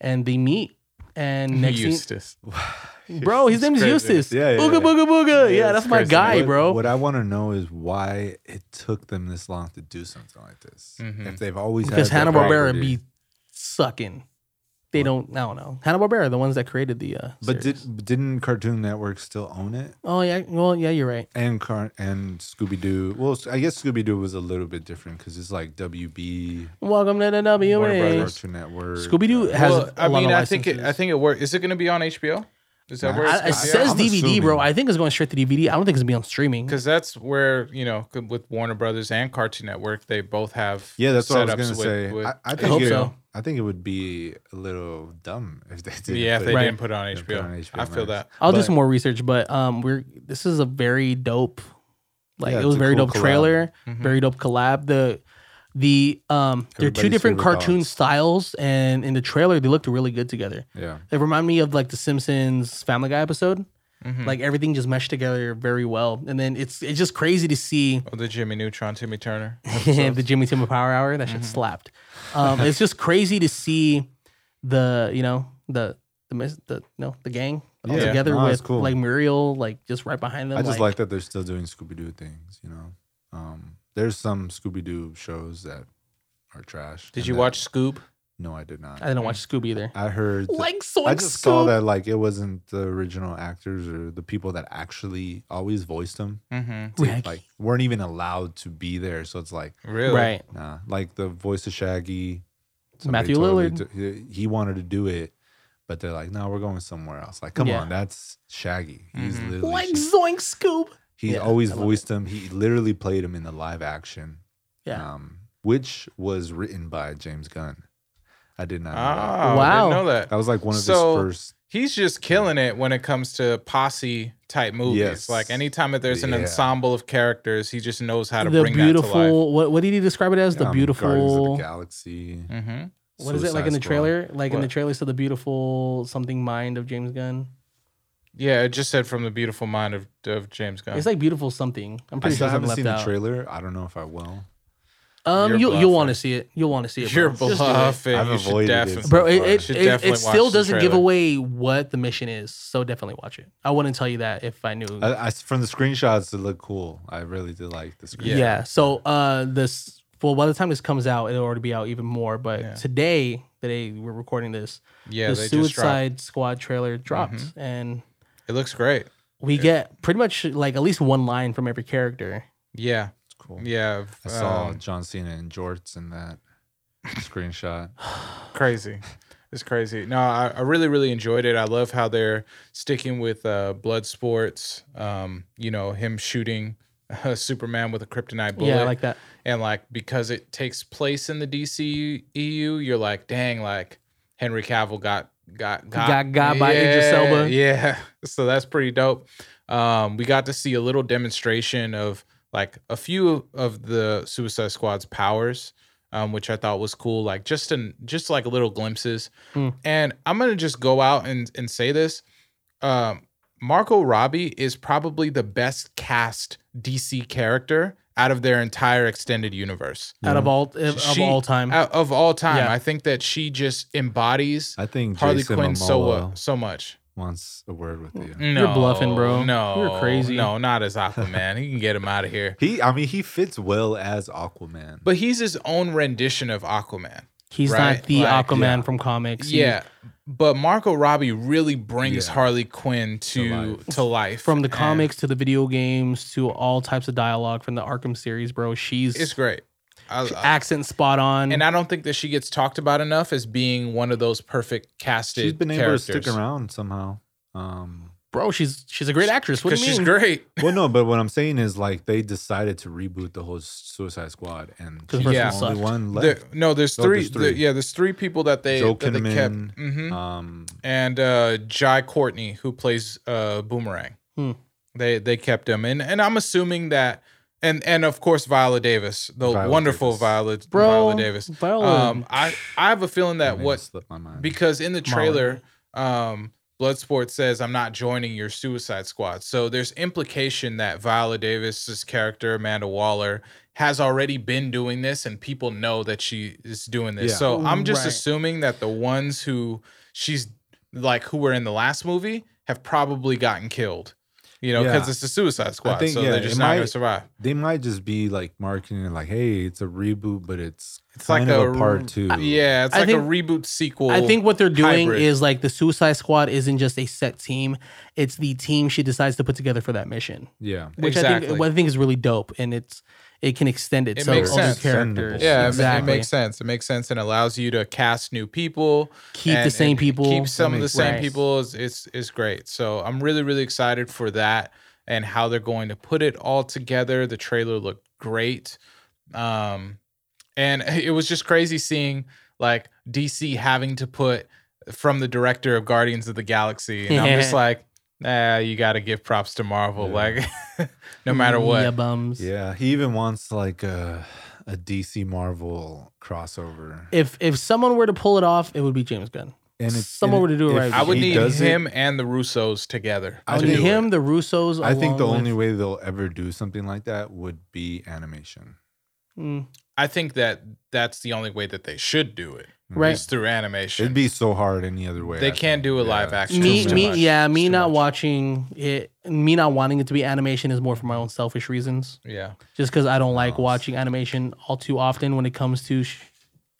Speaker 1: and they meet. And next thing-
Speaker 2: Eustace.
Speaker 1: bro, his name is
Speaker 2: Crazy.
Speaker 1: Eustace.
Speaker 3: Yeah, yeah,
Speaker 1: booga
Speaker 3: yeah.
Speaker 1: booga booga. Yeah,
Speaker 2: Yeah,
Speaker 1: that's
Speaker 2: it's
Speaker 1: my
Speaker 2: crazy.
Speaker 1: guy,
Speaker 3: what,
Speaker 1: bro.
Speaker 3: What I want to know is why it took them this long to do something like this.
Speaker 2: Mhm.
Speaker 3: If they've always
Speaker 1: Mm-hmm. because
Speaker 3: had that
Speaker 1: Hanna Barbera
Speaker 3: property.
Speaker 1: be sucking. They don't. I don't know. Hanna Barbera, the ones that created the. Uh,
Speaker 3: But
Speaker 1: series.
Speaker 3: did didn't Cartoon Network still own it?
Speaker 1: Oh yeah. Well, yeah. You're right.
Speaker 3: And Car- and Scooby Doo. Well, I guess Scooby Doo was a little bit different because it's like WB,
Speaker 1: Welcome to the
Speaker 2: Warner
Speaker 1: WA.
Speaker 2: Brothers.
Speaker 3: Cartoon Network.
Speaker 1: Scooby Doo
Speaker 3: uh,
Speaker 1: has.
Speaker 2: well,
Speaker 1: I
Speaker 2: I mean, I think it. I think it works. Is it going to be on HBO? Is that
Speaker 3: Nah.
Speaker 2: where
Speaker 3: I-
Speaker 2: it's
Speaker 1: I,
Speaker 2: gonna
Speaker 1: it
Speaker 2: be
Speaker 1: says
Speaker 3: I'm
Speaker 1: DVD, bro.
Speaker 3: assuming.
Speaker 1: I think it's going straight to DVD. I don't think it's gonna be on streaming.
Speaker 2: Because that's where you know, good- with Warner Brothers and Cartoon Network, they both have
Speaker 3: Yeah, that's what I was
Speaker 2: setups
Speaker 3: gonna
Speaker 2: with-
Speaker 3: say.
Speaker 2: with-
Speaker 3: I, I think
Speaker 1: hope
Speaker 3: it,
Speaker 1: so.
Speaker 3: I think it would be a little dumb if they did.
Speaker 2: yeah, if they
Speaker 1: Right.
Speaker 2: didn't put it on
Speaker 3: They
Speaker 2: HBO,
Speaker 3: put it on HBO
Speaker 2: I feel
Speaker 3: Max.
Speaker 2: that.
Speaker 1: I'll do
Speaker 3: but-
Speaker 1: some more research, but um, we're this is a very dope. Like
Speaker 3: Yeah,
Speaker 1: it was
Speaker 3: it's a
Speaker 1: very
Speaker 3: cool
Speaker 1: dope
Speaker 3: collab. Mm-hmm.
Speaker 1: trailer,
Speaker 2: Mhm.
Speaker 1: very dope collab. The the um, they're two
Speaker 3: Everybody's
Speaker 1: different
Speaker 3: favorite
Speaker 1: cartoon
Speaker 3: dogs.
Speaker 1: styles, and in the trailer they looked really good together.
Speaker 3: yeah.
Speaker 1: It reminded me of like the Simpsons Family Guy episode.
Speaker 3: Hmm.
Speaker 2: Mhm.
Speaker 1: Like everything just meshed together very well, and then it's it's just crazy to see
Speaker 2: Oh, the Jimmy Neutron, Timmy Turner.
Speaker 1: the Jimmy Timber Power Hour. That shit
Speaker 3: Mm-hmm.
Speaker 1: slapped. Um, it's just crazy to see the you know the the mis- the no the gang all
Speaker 3: Yeah.
Speaker 1: together
Speaker 3: No, it's
Speaker 1: with
Speaker 3: cool.
Speaker 1: like Muriel like just right behind them.
Speaker 3: I just like that they're still doing Scooby Doo things. You know, um, there's some Scooby Doo shows that are trash.
Speaker 2: Did
Speaker 3: and
Speaker 2: you
Speaker 3: that-
Speaker 2: watch Scoop?
Speaker 3: No, I did not.
Speaker 1: I
Speaker 3: I,
Speaker 1: didn't watch Scoob either.
Speaker 3: heard. that-
Speaker 1: Like so
Speaker 3: I
Speaker 1: like
Speaker 3: just saw
Speaker 1: Scoob.
Speaker 3: that like it wasn't the original actors or the people that actually always voiced them
Speaker 2: Mm-hmm.
Speaker 3: to,
Speaker 1: Raggy.
Speaker 3: like weren't even allowed to be there. So it's like
Speaker 2: Really?
Speaker 1: right.
Speaker 3: nah, like the voice of Shaggy, somebody
Speaker 1: Matthew
Speaker 3: totally
Speaker 1: Lillard.
Speaker 3: t- he wanted to do it, but they're like, no, we're going somewhere else. Like, come
Speaker 1: Yeah.
Speaker 3: on, that's Shaggy. He's
Speaker 2: Mhm.
Speaker 3: literally
Speaker 1: Like
Speaker 3: Shaggy.
Speaker 1: Zoink Scoob.
Speaker 3: He
Speaker 1: Yeah,
Speaker 3: always
Speaker 1: I love
Speaker 3: voiced him. He literally played him in the live action.
Speaker 1: Yeah.
Speaker 3: Um, which was written by James Gunn. I did not know that.
Speaker 1: Wow.
Speaker 2: Ah, wow. Didn't know that.
Speaker 3: That was like one of
Speaker 2: So-
Speaker 3: his first
Speaker 2: He's just killing it when it comes to posse type movies.
Speaker 3: Yes.
Speaker 2: Like anytime that there's an
Speaker 3: Yeah.
Speaker 2: ensemble of characters, he just knows how to
Speaker 1: The
Speaker 2: bring that to life.
Speaker 1: beautiful what what did he describe it as? The
Speaker 3: um, Guardians of
Speaker 1: beautiful
Speaker 3: the Galaxy.
Speaker 2: Mm-hmm.
Speaker 1: what is it like in the
Speaker 3: Suicide Squad.
Speaker 1: trailer? Like in the
Speaker 2: What?
Speaker 1: trailer, so the beautiful something mind of James Gunn.
Speaker 2: Yeah, it just said from the beautiful mind of, of James Gunn.
Speaker 1: It's like beautiful something. I'm
Speaker 3: I
Speaker 1: pretty
Speaker 3: still
Speaker 1: sure something
Speaker 3: haven't
Speaker 1: left
Speaker 3: seen the
Speaker 1: out.
Speaker 3: trailer. I don't know if I will.
Speaker 1: Um, you
Speaker 2: You're
Speaker 1: you'll
Speaker 2: bluffing.
Speaker 1: want to see it. You'll want to see it.
Speaker 2: You're
Speaker 1: bro. Just do it.
Speaker 2: bluffing.
Speaker 3: I've
Speaker 2: You should
Speaker 3: avoided it.
Speaker 2: definitely-
Speaker 1: bro. It
Speaker 3: far.
Speaker 1: it,
Speaker 2: Should
Speaker 1: it,
Speaker 2: definitely
Speaker 1: it still
Speaker 2: watch the
Speaker 1: doesn't give
Speaker 2: trailer.
Speaker 1: away what the mission is, so definitely watch it. I wouldn't tell you that if I knew.
Speaker 2: Uh,
Speaker 3: I, I- from the screenshots, it looked cool. I really did like the
Speaker 1: yeah.
Speaker 3: screen.
Speaker 1: So uh, this well, by the time this comes out, it'll already be out even more. But
Speaker 2: Yeah.
Speaker 1: today, today we're recording this.
Speaker 2: Yeah,
Speaker 1: the
Speaker 2: they just dropped. Mm-hmm.
Speaker 1: Suicide Squad trailer dropped, and
Speaker 2: It looks great.
Speaker 1: we get pretty much like at least one line from every character.
Speaker 2: Yeah,
Speaker 3: it's cool.
Speaker 2: yeah.
Speaker 3: I saw
Speaker 2: um,
Speaker 3: John Cena in jorts in that screenshot.
Speaker 2: crazy. It's crazy. No, I, I really, really enjoyed it. I love how they're sticking with uh, blood sports. Um, you know, him shooting uh, Superman with a kryptonite bullet.
Speaker 1: Yeah, I like that.
Speaker 2: and like because it takes place in the DC EU, you're like, dang, like Henry Cavill got got got
Speaker 1: Got- got by Idris Elba.
Speaker 2: Yeah, so that's pretty dope. Um, we got to see a little demonstration of like a few of the Suicide Squad's powers, um, which I thought was cool. Like just in just like little glimpses.
Speaker 1: Hmm.
Speaker 2: And I'm gonna just go out and and say this. Um, Marco Robbie is probably the best cast DC character out of their entire extended universe.
Speaker 1: Out of all of,
Speaker 2: She-
Speaker 1: all time,
Speaker 2: Out of all time,
Speaker 1: Yeah. Uh,
Speaker 2: I think that she just embodies
Speaker 3: I think
Speaker 2: Harley
Speaker 3: Jason
Speaker 2: Quinn so
Speaker 3: Momoa
Speaker 2: uh, so much.
Speaker 3: wants a word with you.
Speaker 2: No,
Speaker 1: bluffing, bro.
Speaker 2: No,
Speaker 1: You're crazy.
Speaker 2: No, not as Aquaman. he can get him out of here.
Speaker 3: He, I mean, he fits well as Aquaman.
Speaker 2: But he's his own rendition of Aquaman.
Speaker 1: He's
Speaker 2: Right,
Speaker 1: not the
Speaker 2: like,
Speaker 1: Aquaman
Speaker 3: yeah.
Speaker 1: from comics. He's
Speaker 2: Yeah, but Marco Robbie really brings
Speaker 3: Yeah.
Speaker 2: Harley Quinn to to
Speaker 3: life.
Speaker 2: life,
Speaker 1: from the
Speaker 2: and
Speaker 1: comics to the video games to all types of dialogue from the Arkham series, bro. She's
Speaker 2: It's great. I, I-
Speaker 1: accent spot on.
Speaker 3: Mm-hmm.
Speaker 2: and I don't think that she gets talked about enough as being one of those perfect casted.
Speaker 3: She's been able
Speaker 2: characters.
Speaker 3: to stick around somehow. Um,
Speaker 1: bro, she's she's a great actress. What do
Speaker 2: because
Speaker 1: you
Speaker 2: she's
Speaker 1: mean?
Speaker 2: great.
Speaker 3: well, no, but what I'm saying is like they decided to reboot the whole Suicide Squad, and
Speaker 1: 'Cause
Speaker 3: she's
Speaker 2: the
Speaker 3: the
Speaker 2: first
Speaker 1: one
Speaker 3: only
Speaker 1: sucked.
Speaker 3: one
Speaker 2: There-
Speaker 3: left.
Speaker 2: no, there's
Speaker 3: No,
Speaker 2: three.
Speaker 3: there's three.
Speaker 2: there- yeah, there's three people that they
Speaker 3: Joe
Speaker 2: that they kept.
Speaker 3: Kinnaman.
Speaker 2: Mhm.
Speaker 3: Um,
Speaker 2: and uh, Jai Courtney, who plays uh, Boomerang.
Speaker 1: Hmm.
Speaker 2: They they kept him, and and I'm assuming that, and and of course Viola Davis, the
Speaker 3: Viola
Speaker 2: wonderful
Speaker 3: Davis.
Speaker 2: Viola
Speaker 1: Bro,
Speaker 2: Viola Davis.
Speaker 1: Viola.
Speaker 2: Um, I I have a feeling that
Speaker 3: name
Speaker 2: what
Speaker 3: slipped my mind.
Speaker 2: because in the
Speaker 1: Molly.
Speaker 2: trailer, um, Bloodsport says I'm not joining your Suicide Squad, so there's implication that Viola Davis's character Amanda Waller has already been doing this, and people know that she is doing this.
Speaker 3: Yeah.
Speaker 2: So I'm just
Speaker 1: Right.
Speaker 2: assuming that the ones who she's like who were in the last movie have probably gotten killed. You know, because
Speaker 3: Yeah.
Speaker 2: it's the Suicide Squad,
Speaker 3: think,
Speaker 2: so
Speaker 3: yeah,
Speaker 2: they're just
Speaker 3: it
Speaker 2: not gonna
Speaker 3: might-
Speaker 2: survive.
Speaker 3: they might just be like marketing it like, hey, it's a reboot, but it's
Speaker 2: It's
Speaker 3: kind
Speaker 2: like
Speaker 3: of
Speaker 2: a
Speaker 3: a, part two.
Speaker 2: Yeah, it's
Speaker 1: I
Speaker 2: like a
Speaker 1: think-
Speaker 2: reboot sequel.
Speaker 1: I think what they're doing
Speaker 2: hybrid.
Speaker 1: is like the Suicide Squad isn't just a set team; it's the team she decides to put together for that mission,
Speaker 3: yeah.
Speaker 1: which I
Speaker 2: Exactly.
Speaker 1: think what I think is really dope, and it's it can extend itself
Speaker 2: makes
Speaker 1: on
Speaker 2: sense.
Speaker 1: characters.
Speaker 3: Extendable.
Speaker 2: Yeah, it ma-
Speaker 1: exactly.
Speaker 2: it makes sense. It makes sense and allows you to cast new people,
Speaker 1: Keep the
Speaker 2: and-
Speaker 1: same
Speaker 2: and
Speaker 1: people.
Speaker 2: keep some of the
Speaker 3: makes
Speaker 2: same
Speaker 1: sense.
Speaker 2: people. Is, it's it's great. So I'm really really excited for that and how they're going to put it all together. The trailer looked great, um, and it was just crazy seeing like DC having to put from the director of Guardians of the Galaxy, and I'm just like. Nah, you got to give props to Marvel.
Speaker 3: Yeah.
Speaker 2: Like, no matter what,
Speaker 1: Yeah, bums.
Speaker 3: Yeah, he even wants like a a DC Marvel crossover.
Speaker 1: If if someone were to pull it off, it would be James Gunn. someone were to do it right,
Speaker 3: if
Speaker 2: I would
Speaker 3: he
Speaker 2: need
Speaker 3: does it-
Speaker 2: him and the Russos together.
Speaker 3: I
Speaker 1: I
Speaker 3: do
Speaker 1: need
Speaker 3: it.
Speaker 1: him, the Russos.
Speaker 3: I
Speaker 1: along
Speaker 3: think the
Speaker 1: with-
Speaker 3: only way they'll ever do something like that would be animation.
Speaker 1: Mm,
Speaker 2: I think that that's the only way that they should do it.
Speaker 1: right.
Speaker 2: It's through animation.
Speaker 3: It'd be so hard any other way.
Speaker 2: They
Speaker 3: I
Speaker 2: can't
Speaker 3: think.
Speaker 2: do a
Speaker 3: Yeah,
Speaker 2: live
Speaker 3: it's
Speaker 2: action.
Speaker 3: too
Speaker 1: me,
Speaker 3: much.
Speaker 1: me, yeah,
Speaker 2: It's
Speaker 1: me
Speaker 2: too
Speaker 1: not
Speaker 2: much.
Speaker 1: watching it, me not wanting it to be animation is more for my own selfish reasons.
Speaker 2: yeah.
Speaker 1: Just because I don't like
Speaker 3: Nice.
Speaker 1: watching animation all too often when it comes to sh-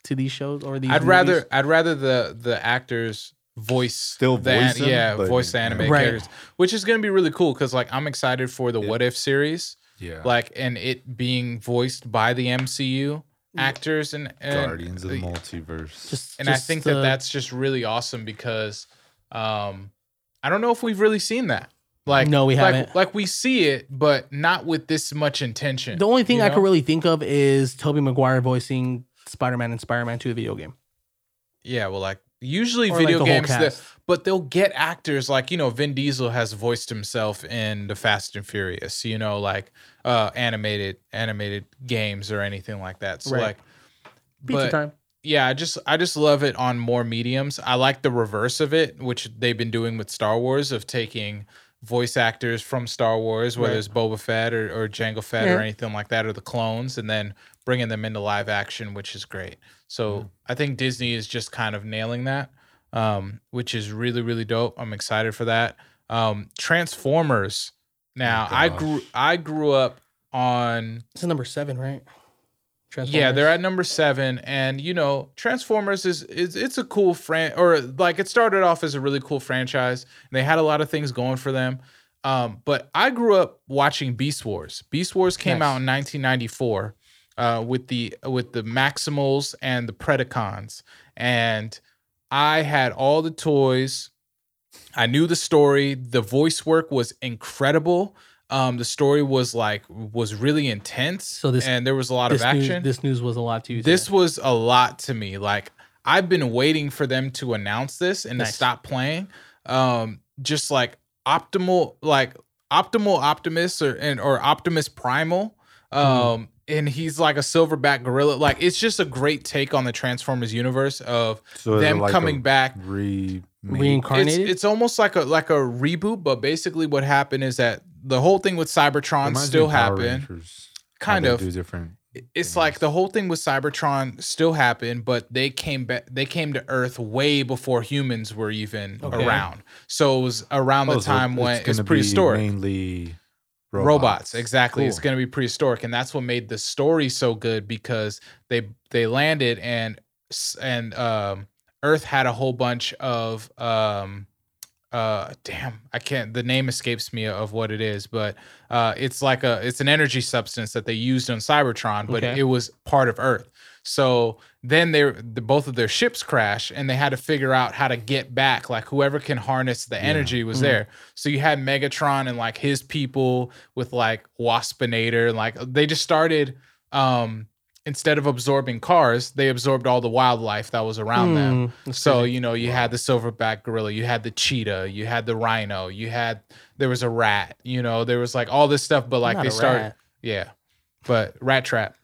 Speaker 1: to these shows or these.
Speaker 2: I'd
Speaker 1: movies.
Speaker 2: rather I'd rather the the actors voice
Speaker 3: Still
Speaker 2: the an-
Speaker 3: voice 'em,
Speaker 2: yeah
Speaker 3: but-
Speaker 2: voice the anime
Speaker 1: Right.
Speaker 2: characters, which is going to be really cool because like I'm excited for the What If series,
Speaker 3: Yeah.
Speaker 2: like and it being voiced by the MCU actors and, and
Speaker 3: Guardians of the Multiverse.
Speaker 1: Just,
Speaker 2: and I
Speaker 1: just
Speaker 2: think
Speaker 1: the-
Speaker 2: that that's just really awesome because um, I don't know if we've really seen that. Like
Speaker 1: No, we
Speaker 2: like-
Speaker 1: haven't.
Speaker 2: Like we see it, but not with this much intention.
Speaker 1: the only thing
Speaker 2: you
Speaker 1: I
Speaker 2: know?
Speaker 1: could really think of is Toby Maguire voicing Spider Man and Spider Man Two, the video game.
Speaker 2: yeah, well, like usually
Speaker 1: Or, like,
Speaker 2: video
Speaker 1: the whole
Speaker 2: games, that,
Speaker 1: cast.
Speaker 2: but they'll get actors like you know Vin Diesel has voiced himself in the Fast and Furious, you know, like uh, animated animated games or anything like that. So
Speaker 1: Right.
Speaker 2: like,
Speaker 1: Pizza
Speaker 2: but
Speaker 1: time.
Speaker 2: yeah, I just I just love it on more mediums. I like the reverse of it, which they've been doing with Star Wars of taking voice actors from Star Wars, whether
Speaker 1: Right.
Speaker 2: it's Boba Fett or, or Jango Fett or
Speaker 1: Yeah.
Speaker 2: anything like that, or the clones, and then bringing them into live action, which is great. So I think Disney is just kind of nailing that, um, which is really really dope. I'm excited for that. Um, Transformers. Now
Speaker 1: Oh,
Speaker 2: I
Speaker 3: gosh.
Speaker 2: grew I grew up on
Speaker 1: It's number seven, right?
Speaker 2: yeah,
Speaker 1: Transformers.
Speaker 2: they're at number seven, and you know, Transformers is is it's a cool fran or like it started off as a really cool franchise. And they had a lot of things going for them. Um, but I grew up watching Beast Wars. Beast Wars came
Speaker 1: Nice.
Speaker 2: out in 1994 uh, with the with the Maximals and the Predacons, and I had all the toys. I knew the story. The voice work was incredible. Um, the story was like was really intense.
Speaker 1: So this-
Speaker 2: and there was a lot
Speaker 1: this
Speaker 2: of
Speaker 1: News,
Speaker 2: action.
Speaker 1: this news was a lot to you.
Speaker 2: This
Speaker 1: too.
Speaker 2: was a lot to me. Like I've been waiting for them to announce this and to
Speaker 1: Nice.
Speaker 2: stop playing. Um, just like optimal, like optimal Optimus or and or Optimus Primal. Um,
Speaker 1: Mm-hmm.
Speaker 2: and he's like a silverback gorilla. Like it's just a great take on the Transformers universe of
Speaker 3: So is it
Speaker 2: them
Speaker 3: like a
Speaker 2: coming back
Speaker 3: Re-
Speaker 1: reincarnated.
Speaker 2: it's, it's almost like a like a reboot, but basically what happened is that the whole thing with Cybertron
Speaker 3: Reminds me
Speaker 2: still
Speaker 3: of Power
Speaker 2: happened.
Speaker 3: Rangers, how
Speaker 2: Kind
Speaker 3: they
Speaker 2: of
Speaker 3: do different.
Speaker 2: it's like the whole thing with Cybertron still happened, but they came back. They came to Earth way before humans were even
Speaker 1: Okay.
Speaker 2: around. So it was around the
Speaker 3: Oh, so
Speaker 2: time when it's,
Speaker 3: gonna be
Speaker 2: prehistoric.
Speaker 3: Mainly robots.
Speaker 2: Robots. exactly. It's
Speaker 3: Cool.
Speaker 2: going to be prehistoric, and that's what made the story so good because they they landed and s- and um, Earth had a whole bunch of um, uh, damn, I can't. The name escapes me of what it is, but uh, it's like a it's an energy substance that they used on Cybertron, but
Speaker 1: Okay.
Speaker 2: it was part of Earth. So then they the, both of their ships crash, and they had to figure out how to get back. Like whoever can harness the energy was
Speaker 1: Mhm.
Speaker 2: there. So you had Megatron and like his people with like Waspinator. and, Like they just started. um Instead of absorbing cars, they absorbed all the wildlife that was around
Speaker 1: Hmm.
Speaker 2: them. So you know, you had the silverback gorilla, you had the cheetah, you had the rhino, you had there was a rat. You know, there was like all this stuff, but like they started, yeah. But Rat Trap,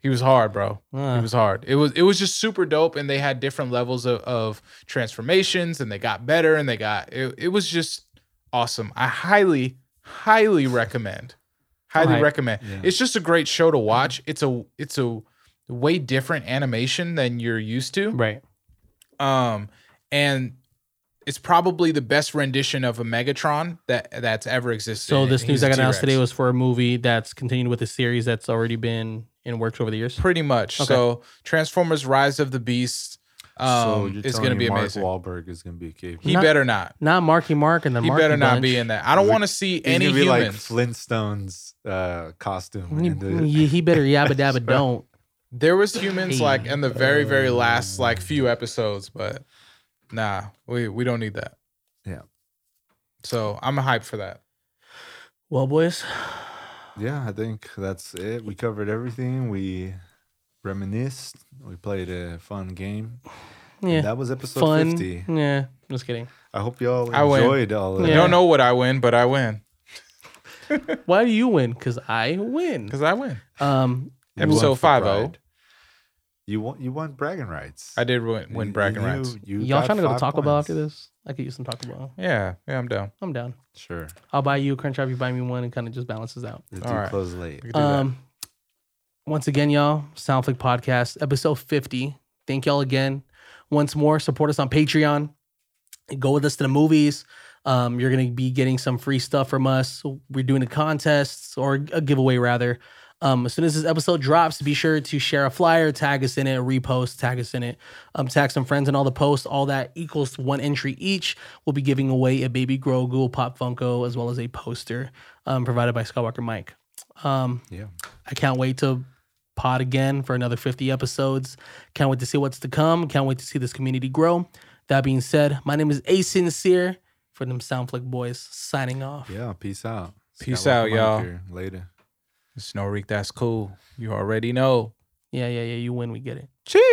Speaker 2: he was hard, bro.
Speaker 1: Ah,
Speaker 2: It was hard. It was it was just super dope, and they had different levels of, of transformations, and they got better, and they got it. It was just awesome. I highly, highly recommend. Highly
Speaker 1: Alright.
Speaker 2: recommend.
Speaker 3: Yeah.
Speaker 2: It's just a great show to watch. It's a it's a way different animation than you're used to
Speaker 1: right.
Speaker 2: um and it's probably the best rendition of a Megatron that that's ever existed.
Speaker 1: So this
Speaker 2: He's
Speaker 1: news
Speaker 2: a
Speaker 1: I got announced
Speaker 2: T-Rex.
Speaker 1: today was for a movie that's continued with a series that's already been in works over the years.
Speaker 2: pretty much
Speaker 1: Okay.
Speaker 2: so Transformers: Rise of the Beast. Um,
Speaker 3: you're
Speaker 2: is
Speaker 3: telling
Speaker 2: going to
Speaker 3: me
Speaker 2: be
Speaker 3: Mark
Speaker 2: amazing.
Speaker 3: Wahlberg is going to be a caveman.
Speaker 2: He
Speaker 1: Not-
Speaker 2: better not.
Speaker 1: Not Marky Mark and the
Speaker 2: He
Speaker 1: Marky
Speaker 2: better not be
Speaker 1: Bunch.
Speaker 2: in that. I don't
Speaker 3: He's
Speaker 2: want to see
Speaker 3: He's
Speaker 2: any
Speaker 3: gonna be like
Speaker 2: humans.
Speaker 3: Flintstones uh, costume. in the-
Speaker 1: He, he better yabba dabba don't.
Speaker 2: there was humans
Speaker 1: Hey. uh,
Speaker 2: like in the very very last like few episodes, but nah, we we don't need that.
Speaker 3: Yeah.
Speaker 2: So I'm hyped for that.
Speaker 1: Well, boys,
Speaker 3: yeah, I think that's it. We covered everything. We reminisced. We played a fun game. And
Speaker 1: yeah,
Speaker 3: That was episode
Speaker 1: fun.
Speaker 3: 50.
Speaker 1: Yeah, just kidding.
Speaker 3: I hope y'all
Speaker 2: I win.
Speaker 3: enjoyed all of
Speaker 1: Yeah.
Speaker 2: I don't know what I win, but I win
Speaker 1: Why do you win? Because I win.
Speaker 2: because I win.
Speaker 1: Um,
Speaker 3: You
Speaker 2: Episode
Speaker 3: won for
Speaker 2: 50.
Speaker 3: pride. You want you won bragging rights.
Speaker 2: I did win, win
Speaker 3: You-
Speaker 2: bragging
Speaker 3: you-
Speaker 2: rights.
Speaker 3: you
Speaker 1: y'all
Speaker 3: got
Speaker 1: trying to go to
Speaker 3: five
Speaker 1: Taco Bell
Speaker 3: points.
Speaker 1: after this? I could use some Taco Bell.
Speaker 2: Yeah, yeah, I'm down.
Speaker 1: I'm down.
Speaker 3: Sure.
Speaker 1: I'll buy you a crunch wrap. You buy me one, and kind of just balances out.
Speaker 3: The
Speaker 2: All
Speaker 3: dude
Speaker 2: right.
Speaker 3: closed late.
Speaker 2: We can do that.
Speaker 1: Um, once again, y'all, Soundflick Podcast, episode 50. Thank y'all again. Once more, support us on Patreon. Go with us to the movies. Um, you're going to be getting some free stuff from us. We're doing a contest or a giveaway, rather. Um, as soon as this episode drops, be sure to share a flyer, tag us in it, repost, tag us in it, um, tag some friends in all the posts. All that equals one entry each. We'll be giving away a Baby Grogu, a Pop Funko, as well as a poster um, provided by Skywalker Mike. Um,
Speaker 3: Yeah.
Speaker 1: I can't wait to pod again for another 50 episodes. Can't wait to see what's to come. Can't wait to see this community grow. That being said, my name is A Sincere for them Soundflick Boys signing off.
Speaker 3: Yeah. Peace out.
Speaker 2: Peace
Speaker 3: Skywalker
Speaker 2: out,
Speaker 3: Mike
Speaker 2: y'all.
Speaker 3: here. Later.
Speaker 2: Snow Reek, that's cool. You already know.
Speaker 1: Yeah, yeah, yeah. You win, we get it.
Speaker 2: Cheers.